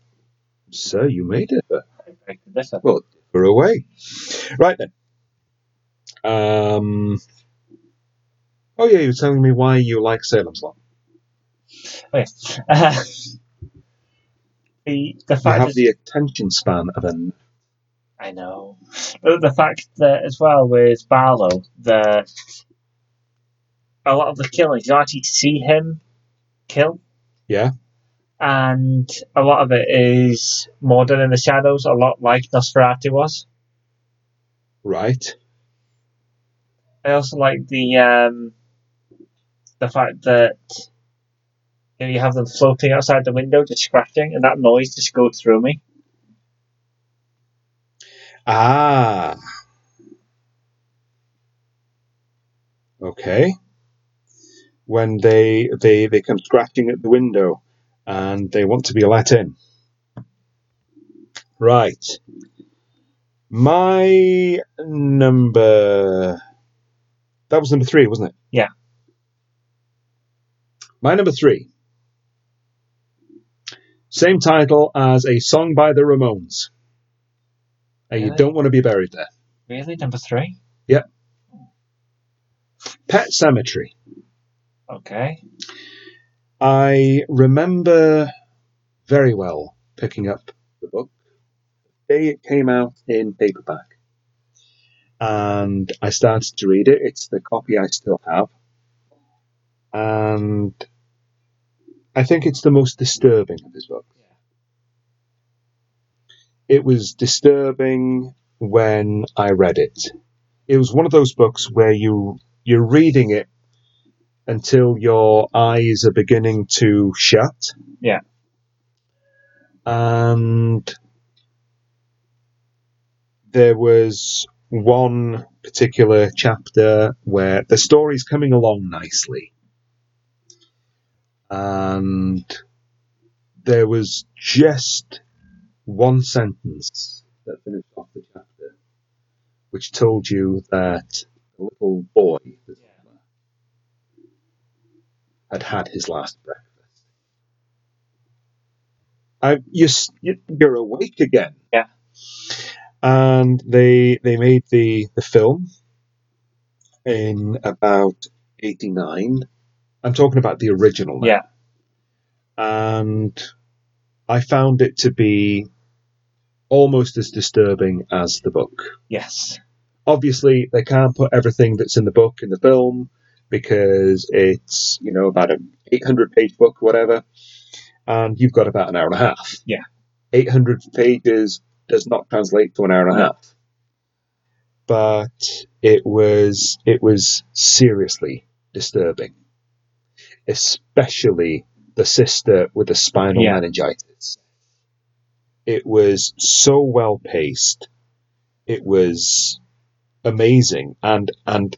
Speaker 1: Sir, you made it.
Speaker 2: I beg to differ.
Speaker 1: We're away. Right then. Um. Oh yeah, you were telling me why you like Salem's Lot.
Speaker 2: Oh, yes. Uh, the the
Speaker 1: You
Speaker 2: fact
Speaker 1: have
Speaker 2: is-
Speaker 1: the attention span of an.
Speaker 2: I know. But the fact that as well with Barlow, the a lot of the killings you actually see him kill.
Speaker 1: Yeah.
Speaker 2: And a lot of it is more done in the shadows, a lot like Nosferatu was.
Speaker 1: Right.
Speaker 2: I also like the um, the fact that you, know, you have them floating outside the window, just scratching, and that noise just goes through me.
Speaker 1: Ah. Okay. When they they they come scratching at the window, and they want to be let in. Right. My number. That was number three, wasn't it?
Speaker 2: Yeah.
Speaker 1: My number three. Same title as a song by the Ramones. And you
Speaker 2: Really?
Speaker 1: don't want to be buried there.
Speaker 2: Really, number three?
Speaker 1: Pet Cemetery.
Speaker 2: Okay.
Speaker 1: I remember very well picking up the book the day it came out in paperback. And I started to read it. It's the copy I still have. And I think it's the most disturbing of his books. It was disturbing when I read it. It was one of those books where you you're reading it until your eyes are beginning to shut.
Speaker 2: Yeah.
Speaker 1: And there was one particular chapter where the story's coming along nicely. And there was just one sentence that finished off the chapter, which told you that the little boy, the had had his last breakfast. I, you, s- you- you're awake again.
Speaker 2: Yeah.
Speaker 1: And they they made the, the film in about '89. I'm talking about the original. now.
Speaker 2: Yeah.
Speaker 1: And I found it to be almost as disturbing as the book
Speaker 2: Yes.
Speaker 1: obviously they can't put everything that's in the book in the film because it's you know about an 800 page book or whatever and you've got about an hour and a half
Speaker 2: Yeah.
Speaker 1: 800 pages does not translate to an hour and a
Speaker 2: No.
Speaker 1: half but it was it was seriously disturbing especially the sister with the spinal
Speaker 2: Yeah.
Speaker 1: meningitis it was so well paced it was amazing. And and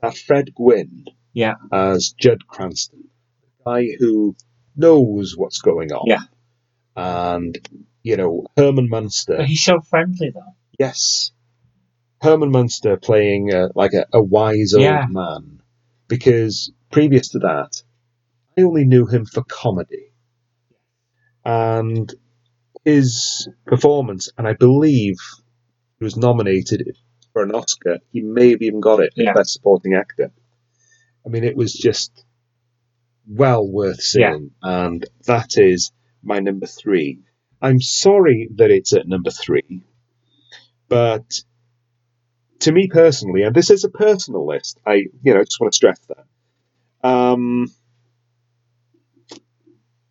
Speaker 1: that Fred Gwynn,
Speaker 2: Yeah.
Speaker 1: as Jed Cranston, the guy who knows what's going on,
Speaker 2: Yeah.
Speaker 1: and you know Herman
Speaker 2: But
Speaker 1: Munster,
Speaker 2: he's so friendly, though.
Speaker 1: yes, Herman Munster playing uh, like a, a wise old
Speaker 2: Yeah.
Speaker 1: man, because previous to that, I only knew him for comedy, and his performance, and I believe he was nominated for an Oscar. He may have even got it
Speaker 2: Yeah.
Speaker 1: best supporting actor. I mean, it was just well worth seeing, and that is my number three. I'm sorry that it's at number three, but to me personally, and this is a personal list, I you know just want to stress that. Um,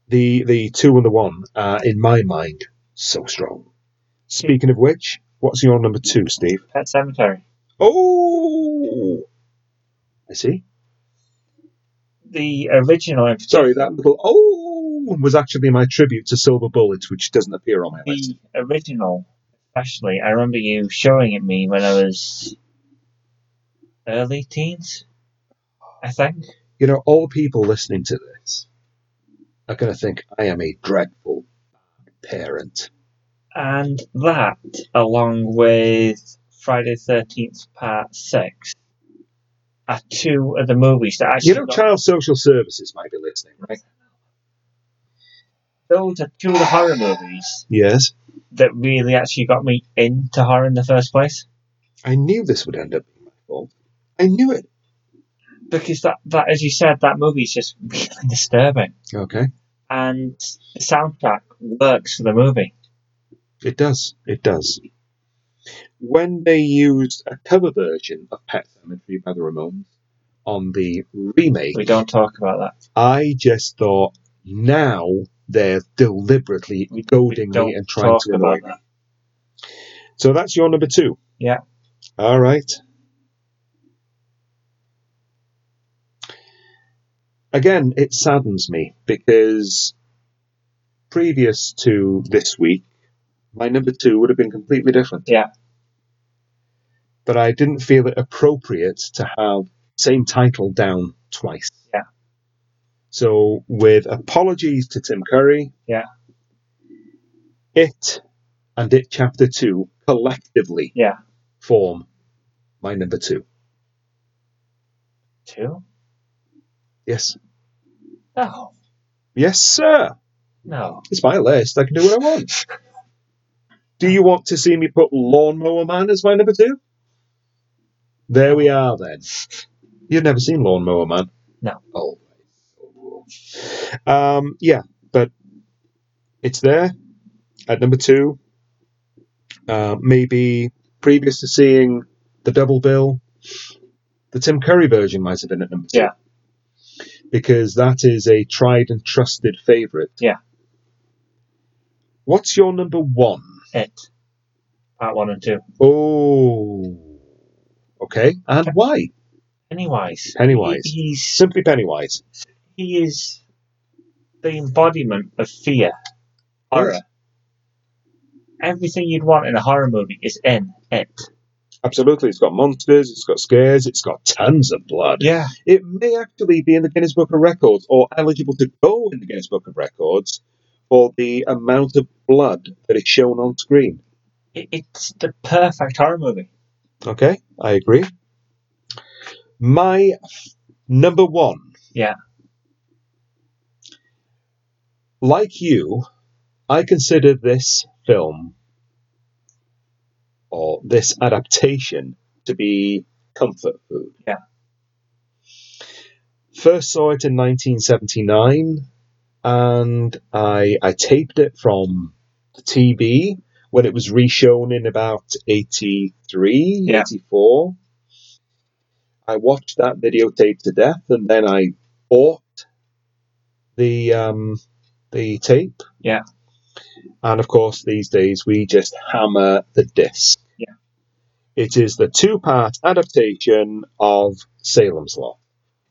Speaker 1: the the two and the one are in my mind so strong. Speaking of which, what's your number two, Steve?
Speaker 2: Pet Cemetery.
Speaker 1: Oh, I see.
Speaker 2: The original, in particular,
Speaker 1: Sorry, that little oh was actually my tribute to Silver Bullet, which doesn't appear on my list.
Speaker 2: the original, especially, I remember you showing it me when I was early teens, I think.
Speaker 1: You know, all the people listening to this are going to think I am a dreadful parent.
Speaker 2: And that, along with Friday Thirteenth Part Six, are two of the movies that actually
Speaker 1: You know,
Speaker 2: got-
Speaker 1: Child Social Services might be listening, right?
Speaker 2: those are two of the horror movies
Speaker 1: Yes.
Speaker 2: that really actually got me into horror in the first place.
Speaker 1: I knew this would end up being my fault. I knew it.
Speaker 2: Because that, that as you said, that movie is just really disturbing.
Speaker 1: Okay.
Speaker 2: And the soundtrack works for the movie.
Speaker 1: It does. It does. When they used a cover version of Pet Cemetery by the Ramones on the remake,
Speaker 2: We don't talk about that.
Speaker 1: I just thought now they're deliberately
Speaker 2: We, we
Speaker 1: goading me
Speaker 2: don't
Speaker 1: and trying
Speaker 2: talk
Speaker 1: to annoy me.
Speaker 2: about that.
Speaker 1: So that's your number two.
Speaker 2: Yeah.
Speaker 1: All right. Again, it saddens me because previous to this week, my number two would have been completely different.
Speaker 2: Yeah.
Speaker 1: But I didn't feel it appropriate to have same title down twice.
Speaker 2: Yeah.
Speaker 1: So with apologies to Tim Curry.
Speaker 2: Yeah.
Speaker 1: It and it chapter two collectively
Speaker 2: Yeah.
Speaker 1: form my number two.
Speaker 2: Two?
Speaker 1: Yes.
Speaker 2: No.
Speaker 1: Yes, sir.
Speaker 2: No.
Speaker 1: It's my list. I can do what I want. do you want to see me put Lawnmower Man as my number two? There we are then. You've never seen Lawnmower Man?
Speaker 2: No.
Speaker 1: Oh. Um, yeah, but it's there at number two. Uh, maybe previous to seeing the double bill, the Tim Curry version might have been at number two.
Speaker 2: Yeah.
Speaker 1: Because that is a tried and trusted favourite.
Speaker 2: Yeah.
Speaker 1: What's your number one?
Speaker 2: It. Part one and two.
Speaker 1: Oh, okay. And why?
Speaker 2: Pennywise.
Speaker 1: Pennywise.
Speaker 2: He- he's
Speaker 1: Simply Pennywise.
Speaker 2: he is the embodiment of fear. Horror.
Speaker 1: Yes.
Speaker 2: Everything you'd want in a horror movie is in it.
Speaker 1: Absolutely. It's got monsters, it's got scares, it's got tons of blood.
Speaker 2: Yeah.
Speaker 1: It may actually be in the Guinness Book of Records or eligible to go in the Guinness Book of Records for the amount of blood that is shown on screen.
Speaker 2: It, it's the perfect horror movie.
Speaker 1: Okay, I agree. My f- number one.
Speaker 2: Yeah.
Speaker 1: Like you, I consider this film or this adaptation to be comfort food.
Speaker 2: Yeah.
Speaker 1: First saw it in 1979, and I I taped it from the TV when it was reshown in about 83,
Speaker 2: Yeah.
Speaker 1: 84. I watched that videotape to death, and then I bought the um, the tape.
Speaker 2: Yeah.
Speaker 1: And of course, these days we just hammer the disc.
Speaker 2: Yeah.
Speaker 1: It is the two part adaptation of Salem's Lot.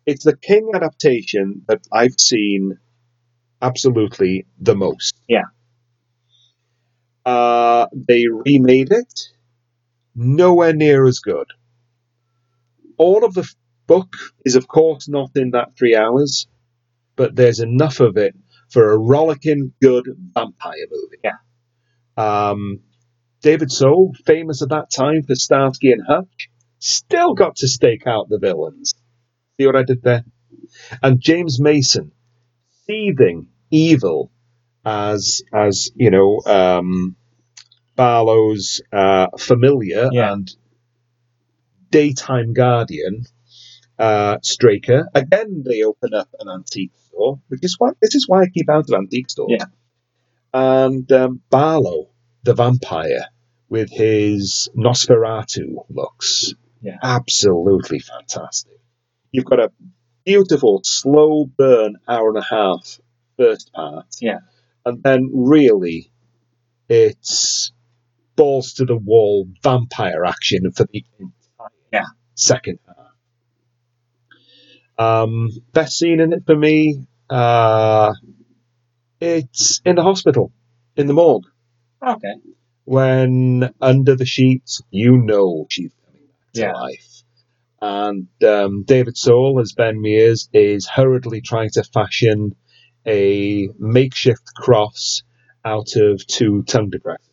Speaker 1: It's the King adaptation that I've seen absolutely the most.
Speaker 2: Yeah.
Speaker 1: Uh, they remade it, nowhere near as good. All of the f- book is, of course, not in that three hours, but there's enough of it for a rollicking good vampire movie.
Speaker 2: Yeah.
Speaker 1: Um, David Soul, famous at that time for Starsky and Hutch, still got to stake out the villains. See what I did there? And James Mason, seething evil as as you know um, Barlow's uh, familiar
Speaker 2: Yeah.
Speaker 1: and daytime guardian uh, Straker. Again, they open up an antique store, which is why this is why I keep out of antique stores.
Speaker 2: Yeah.
Speaker 1: And um, Barlow, the vampire, with his Nosferatu looks,
Speaker 2: Yeah.
Speaker 1: absolutely fantastic. You've got a beautiful slow burn hour and a half first part,
Speaker 2: Yeah.
Speaker 1: and then really, it's balls to the wall vampire action for the entire
Speaker 2: Yeah.
Speaker 1: Second half. Um, best scene in it for me, uh, it's in the hospital, in the morgue,
Speaker 2: Okay.
Speaker 1: when under the sheets, you know she's coming back to
Speaker 2: Yeah.
Speaker 1: life. And um, David Soul, as Ben Mears, is hurriedly trying to fashion a makeshift cross out of two tongue depressors.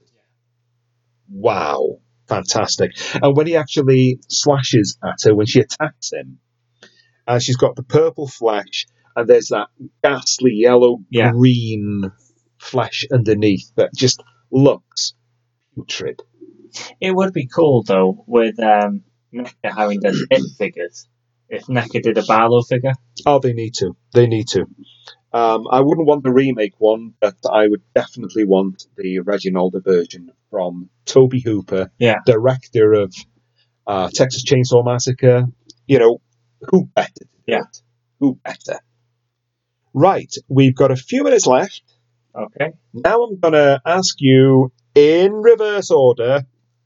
Speaker 1: Wow, fantastic. And when he actually slashes at her, when she attacks him, and she's got the purple flesh, and there's that ghastly yellow
Speaker 2: Yeah.
Speaker 1: green flesh underneath that just looks putrid.
Speaker 2: It would be cool though with um, NECA having done hit figures. If NECA did a Barlow figure,
Speaker 1: Oh, they need to. They need to. Um, I wouldn't want the remake one, but I would definitely want the Reginalda version from Toby Hooper,
Speaker 2: Yeah.
Speaker 1: director of uh, Texas Chainsaw Massacre. You know, who better? to do
Speaker 2: Yeah.
Speaker 1: it? Who better? Right, we've got a few minutes left.
Speaker 2: okay.
Speaker 1: Now I'm going to ask you in reverse order.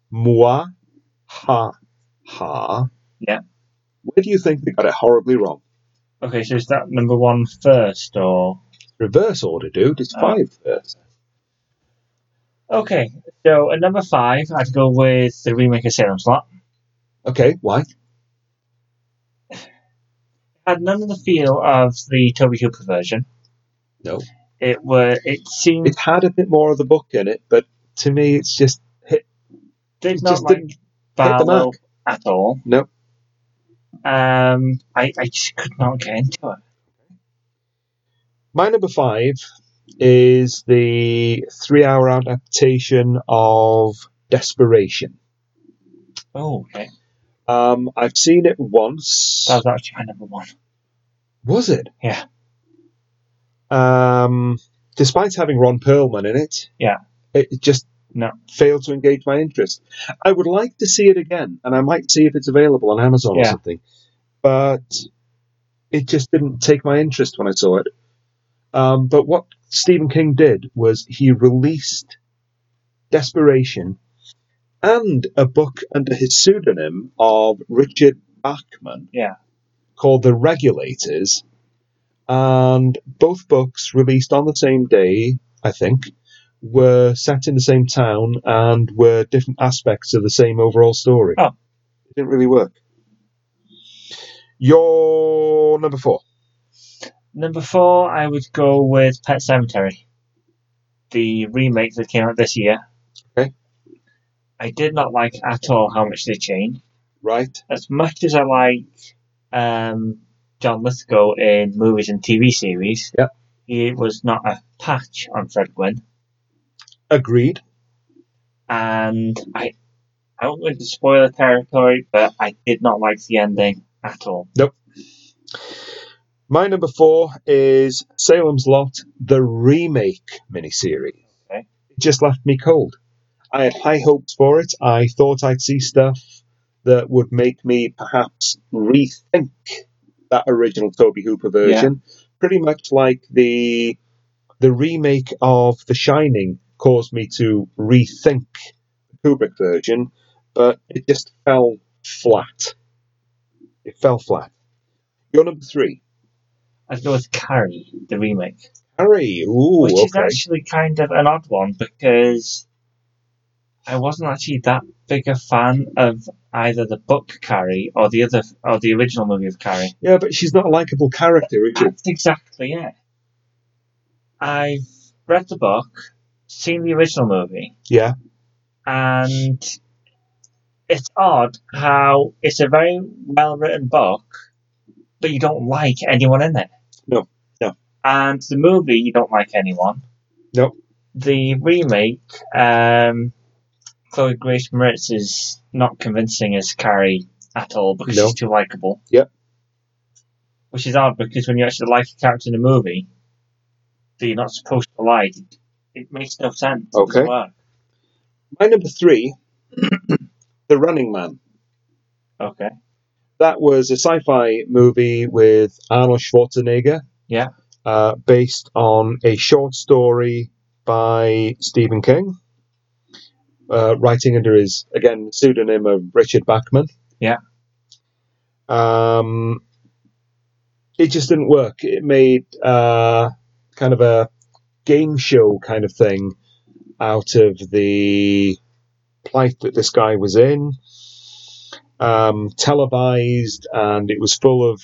Speaker 1: Moi, ha, ha.
Speaker 2: Yeah.
Speaker 1: Where do you think they got it horribly wrong?
Speaker 2: Okay, so is that number one first or?
Speaker 1: Reverse order, dude. It's
Speaker 2: Oh.
Speaker 1: five first.
Speaker 2: Okay, so at number five, I'd go with the remake of Salem's Lot.
Speaker 1: Okay, why?
Speaker 2: had none of the feel of the Toby Hooper version.
Speaker 1: No.
Speaker 2: It were it seemed
Speaker 1: It had a bit more of the book in it, but to me, it's just
Speaker 2: did
Speaker 1: it
Speaker 2: not
Speaker 1: just
Speaker 2: like
Speaker 1: didn't
Speaker 2: Barlow
Speaker 1: mark.
Speaker 2: at all.
Speaker 1: no.
Speaker 2: Um, I, I just could not get into it.
Speaker 1: My number five is the three-hour adaptation of Desperation.
Speaker 2: Oh, okay.
Speaker 1: Um, I've seen it once.
Speaker 2: That was actually my number one.
Speaker 1: Was it?
Speaker 2: Yeah.
Speaker 1: Um, despite having Ron Perlman in it,
Speaker 2: Yeah.
Speaker 1: it it just
Speaker 2: No.
Speaker 1: failed to engage my interest. I would like to see it again, and I might see if it's available on Amazon or
Speaker 2: Yeah.
Speaker 1: something. But it just didn't take my interest when I saw it. Um, but what Stephen King did was he released Desperation and a book under his pseudonym of Richard Bachman
Speaker 2: Yeah.
Speaker 1: called The Regulators, and both books released on the same day, I think, were set in the same town and were different aspects of the same overall story.
Speaker 2: Oh.
Speaker 1: It didn't really work. Your number four.
Speaker 2: Number four, I would go with Pet Cemetery, the remake that came out this year.
Speaker 1: Okay.
Speaker 2: I did not like at all how much they changed.
Speaker 1: Right?
Speaker 2: As much as I like um, John Lithgow in movies and TV series,
Speaker 1: Yep.
Speaker 2: he was not a patch on Fred Gwynn.
Speaker 1: Agreed.
Speaker 2: and I I don't want to spoil the territory, but I did not like the ending at all.
Speaker 1: My number four is Salem's Lot, the remake miniseries.
Speaker 2: Okay.
Speaker 1: It just left me cold. I had high hopes for it. I thought I'd see stuff that would make me perhaps rethink that original Toby Hooper version. Pretty much like the the remake of The Shining caused me to rethink the Kubrick version, but it just fell flat. It fell flat. Your number three.
Speaker 2: I'd go with Carrie, the remake,
Speaker 1: Harry, ooh,
Speaker 2: which is
Speaker 1: okay.
Speaker 2: actually kind of an odd one because I wasn't actually that big a fan of either the book Carrie or the other or the original movie of Carrie.
Speaker 1: Yeah, but she's not a likable character, is she?
Speaker 2: That's exactly it. I've read the book, seen the original movie,
Speaker 1: Yeah,
Speaker 2: and it's odd how it's a very well written book, but you don't like anyone in it.
Speaker 1: No, no.
Speaker 2: And the movie, you don't like anyone.
Speaker 1: No.
Speaker 2: The remake, um, Chloe Grace Moritz is not convincing as Carrie at all because
Speaker 1: No.
Speaker 2: she's too likable.
Speaker 1: Yep.
Speaker 2: Which is odd because when you actually like a character in a movie that you're not supposed to like, it makes no sense. It doesn't
Speaker 1: Okay.
Speaker 2: work.
Speaker 1: my number three, The Running Man.
Speaker 2: Okay.
Speaker 1: That was a sci-fi movie with Arnold Schwarzenegger.
Speaker 2: Yeah.
Speaker 1: uh, based on a short story by Stephen King, uh, writing under his again pseudonym of Richard Bachman.
Speaker 2: Yeah.
Speaker 1: Um, it just didn't work. It made uh, kind of a game show kind of thing out of the plight that this guy was in. Um, televised, and it was full of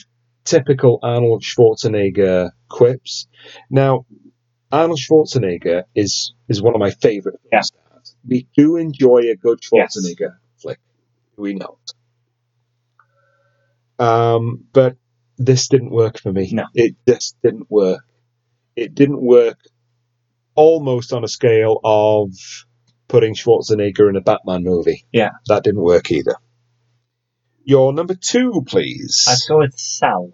Speaker 1: typical Arnold Schwarzenegger quips. Now, Arnold Schwarzenegger is is one of my favourite
Speaker 2: Yeah.
Speaker 1: films. We do enjoy a good
Speaker 2: Yes.
Speaker 1: Schwarzenegger flick. Do we not? Um, but this didn't work for me.
Speaker 2: No.
Speaker 1: It just didn't work. It didn't work almost on a scale of putting Schwarzenegger in a Batman movie.
Speaker 2: Yeah.
Speaker 1: That didn't work either. Your number two, please.
Speaker 2: I'd go with Sal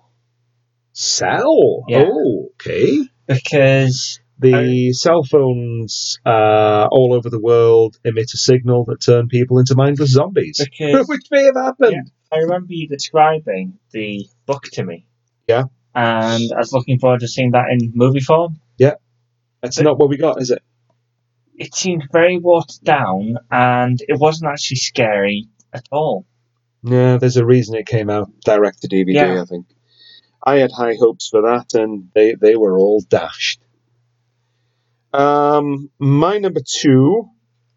Speaker 1: Cell.
Speaker 2: Yeah.
Speaker 1: Oh, okay.
Speaker 2: because
Speaker 1: The cell phones uh, all over the world emit a signal that turn people into mindless zombies,
Speaker 2: because
Speaker 1: which may have happened.
Speaker 2: I remember you describing the book to me.
Speaker 1: Yeah.
Speaker 2: And I was looking forward to seeing that in movie form.
Speaker 1: That's not what we got, is it?
Speaker 2: It seemed very watered down, and it wasn't actually scary at all.
Speaker 1: No, there's a reason it came out direct to DVD.
Speaker 2: Yeah.
Speaker 1: I think I had high hopes for that, and they they were all dashed. Um, my number two,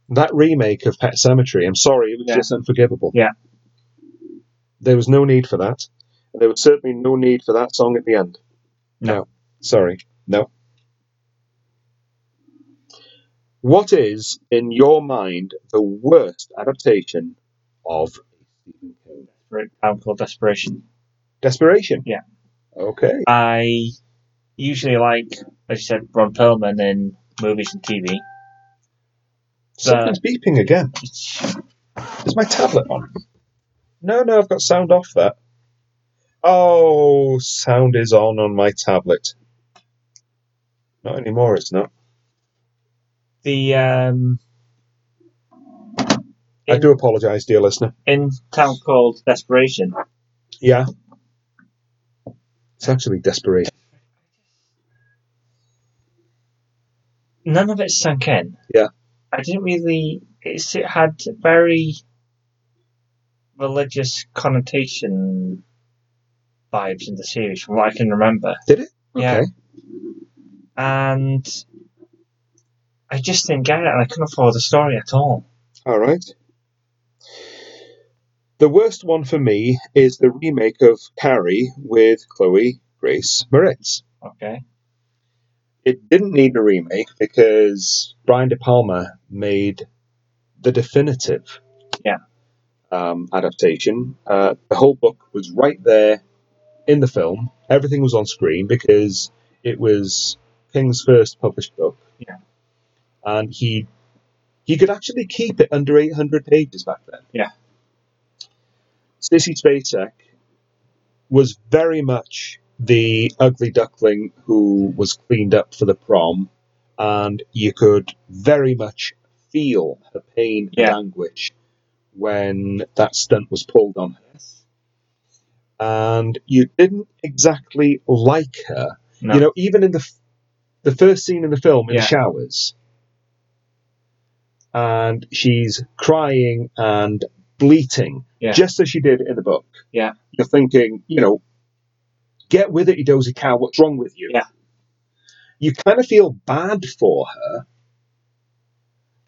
Speaker 1: that remake of Pet Cemetery. I'm sorry, it was
Speaker 2: Yeah.
Speaker 1: just unforgivable.
Speaker 2: Yeah.
Speaker 1: there was no need for that. There was certainly no need for that song at the end.
Speaker 2: No.
Speaker 1: sorry, no. What is, in your mind, the worst adaptation of Stephen King?
Speaker 2: For a town called Desperation.
Speaker 1: Desperation.
Speaker 2: Yeah.
Speaker 1: Okay.
Speaker 2: I usually like, as you said, Ron Perlman in movies and TV.
Speaker 1: Something's beeping again.
Speaker 2: It's-
Speaker 1: Is my tablet on? No, no, I've got sound off that. Oh, sound is on on my tablet. Not anymore, it's not.
Speaker 2: The um,
Speaker 1: I do apologise, dear listener.
Speaker 2: in town called Desperation.
Speaker 1: Yeah. It's actually desperation.
Speaker 2: none of it sunk in.
Speaker 1: Yeah.
Speaker 2: I didn't really. It's, it had very religious connotation vibes in the series, from what I can remember.
Speaker 1: Did it?
Speaker 2: Yeah.
Speaker 1: Okay.
Speaker 2: And I just didn't get it, and I couldn't follow the story at all.
Speaker 1: All right. The worst one for me is the remake of Carrie with Chloe Grace Moritz.
Speaker 2: Okay.
Speaker 1: it didn't need a remake because Brian De Palma made the definitive
Speaker 2: Yeah.
Speaker 1: um, adaptation. Uh, the whole book was right there in the film. Everything was on screen because it was King's first published book.
Speaker 2: Yeah.
Speaker 1: And he he could actually keep it under 800 pages back then.
Speaker 2: Yeah.
Speaker 1: Sissy Spacek was very much the ugly duckling who was cleaned up for the prom, and you could very much feel her pain and
Speaker 2: Yeah.
Speaker 1: anguish when that stunt was pulled on her. And you didn't exactly like her.
Speaker 2: No.
Speaker 1: You know, even in the f- the first scene in the film in
Speaker 2: Yeah.
Speaker 1: the showers, and she's crying and bleating,
Speaker 2: Yeah.
Speaker 1: just as she did in the book.
Speaker 2: Yeah.
Speaker 1: you're thinking, you know, get with it, you dozy cow. What's wrong with you?
Speaker 2: Yeah.
Speaker 1: you kind of feel bad for her,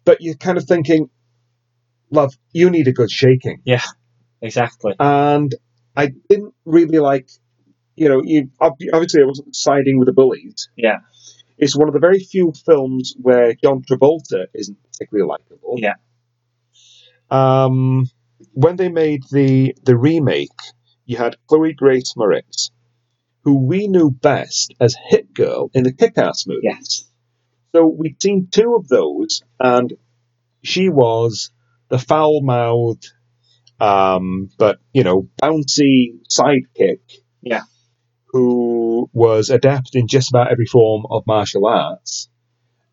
Speaker 1: but you're kind of thinking, love, you need a good shaking
Speaker 2: exactly.
Speaker 1: and I didn't really like, you know, you ob- obviously I wasn't siding with the bullies.
Speaker 2: Yeah.
Speaker 1: It's one of the very few films where John Travolta isn't particularly likable.
Speaker 2: Yeah.
Speaker 1: Um, when they made the the remake, you had Chloe Grace Moritz, who we knew best as Hit Girl in the Kick-Ass movie.
Speaker 2: Yes.
Speaker 1: So we'd seen two of those, and she was the foul mouthed, um, but, you know, bouncy sidekick.
Speaker 2: Yeah.
Speaker 1: Who was adept in just about every form of martial arts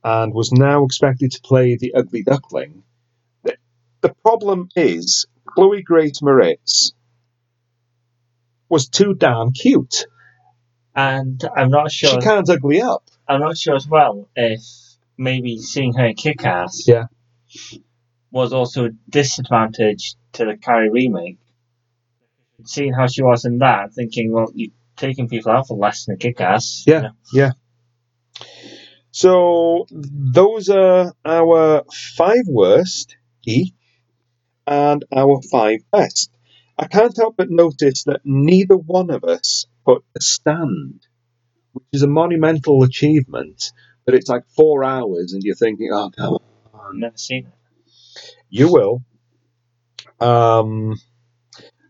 Speaker 1: and was now expected to play the ugly duckling. The, the problem is, Chloe Grace Moritz was too damn cute.
Speaker 2: And I'm not
Speaker 1: She
Speaker 2: sure.
Speaker 1: can't ugly up.
Speaker 2: I'm not sure as well if maybe seeing her kick ass
Speaker 1: Yeah.
Speaker 2: was also a disadvantage to the Carrie remake. seeing how she was in that, thinking, well, you're taking people out for less than a kick ass.
Speaker 1: Yeah. So those are our five worst each and our five best. I can't help but notice that neither one of us put a stand, which is a monumental achievement. But it's like four hours, and you're thinking, "Oh, come
Speaker 2: I've
Speaker 1: on,
Speaker 2: never seen it.
Speaker 1: you will." Um,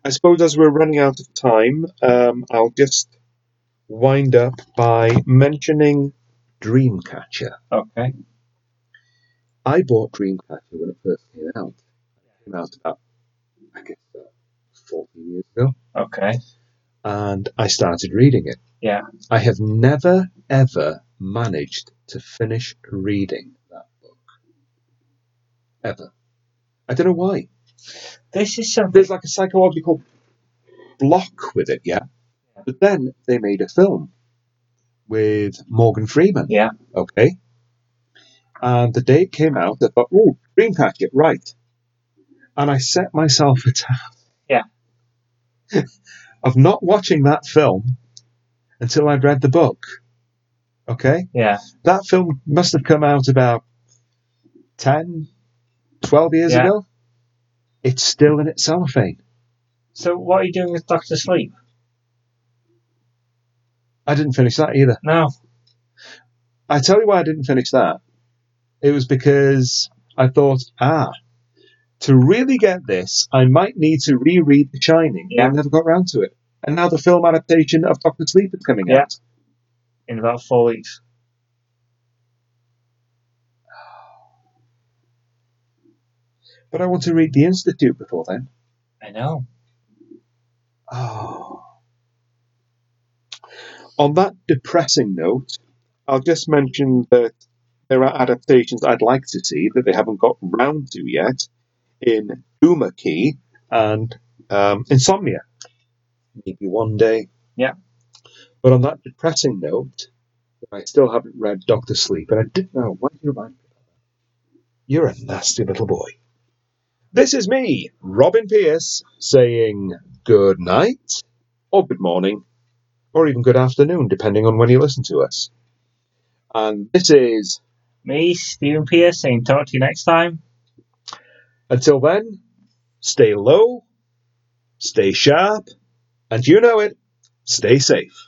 Speaker 1: I suppose as we're running out of time, um, I'll just wind up by mentioning Dreamcatcher.
Speaker 2: Okay.
Speaker 1: I bought Dreamcatcher when it first came out. It came out about, I guess, about 14 years ago.
Speaker 2: Okay.
Speaker 1: And I started reading it.
Speaker 2: Yeah.
Speaker 1: I have never, ever managed to finish reading that book. Ever. I don't know why.
Speaker 2: This is something.
Speaker 1: There's like a psychological block with it, yeah?
Speaker 2: Yeah.
Speaker 1: But then they made a film with Morgan Freeman.
Speaker 2: Yeah.
Speaker 1: Okay. And the day it came out, I thought, oh, Dreamcatcher, right. And I set myself a task.
Speaker 2: Yeah.
Speaker 1: of not watching that film until I'd read the book. Okay?
Speaker 2: Yeah.
Speaker 1: That film must have come out about 10, 12 years
Speaker 2: Yeah.
Speaker 1: ago. It's still in its cellophane.
Speaker 2: So what are you doing with Doctor Sleep?
Speaker 1: I didn't finish that either.
Speaker 2: No.
Speaker 1: I tell you why I didn't finish that. It was because I thought, ah, to really get this, I might need to reread The Shining.
Speaker 2: Yeah.
Speaker 1: I never got round to it. And now the film adaptation of Doctor Sleep is coming
Speaker 2: Yeah.
Speaker 1: out.
Speaker 2: In about four weeks.
Speaker 1: But I want to read The Institute before then.
Speaker 2: I know.
Speaker 1: Oh. On that depressing note, I'll just mention that there are adaptations I'd like to see that they haven't got round to yet in Uma Key and um, Insomnia. Maybe one day.
Speaker 2: Yeah.
Speaker 1: But on that depressing note, I still haven't read Doctor Sleep, and I didn't know. Why did you remind me of that? You're a nasty little boy. This is me, Robin Pierce, saying good night, or good morning, or even good afternoon, depending on when you listen to us. And this is,
Speaker 2: Me, Stephen Pierce, saying talk to you next time.
Speaker 1: until then, stay low, stay sharp, and you know it, stay safe.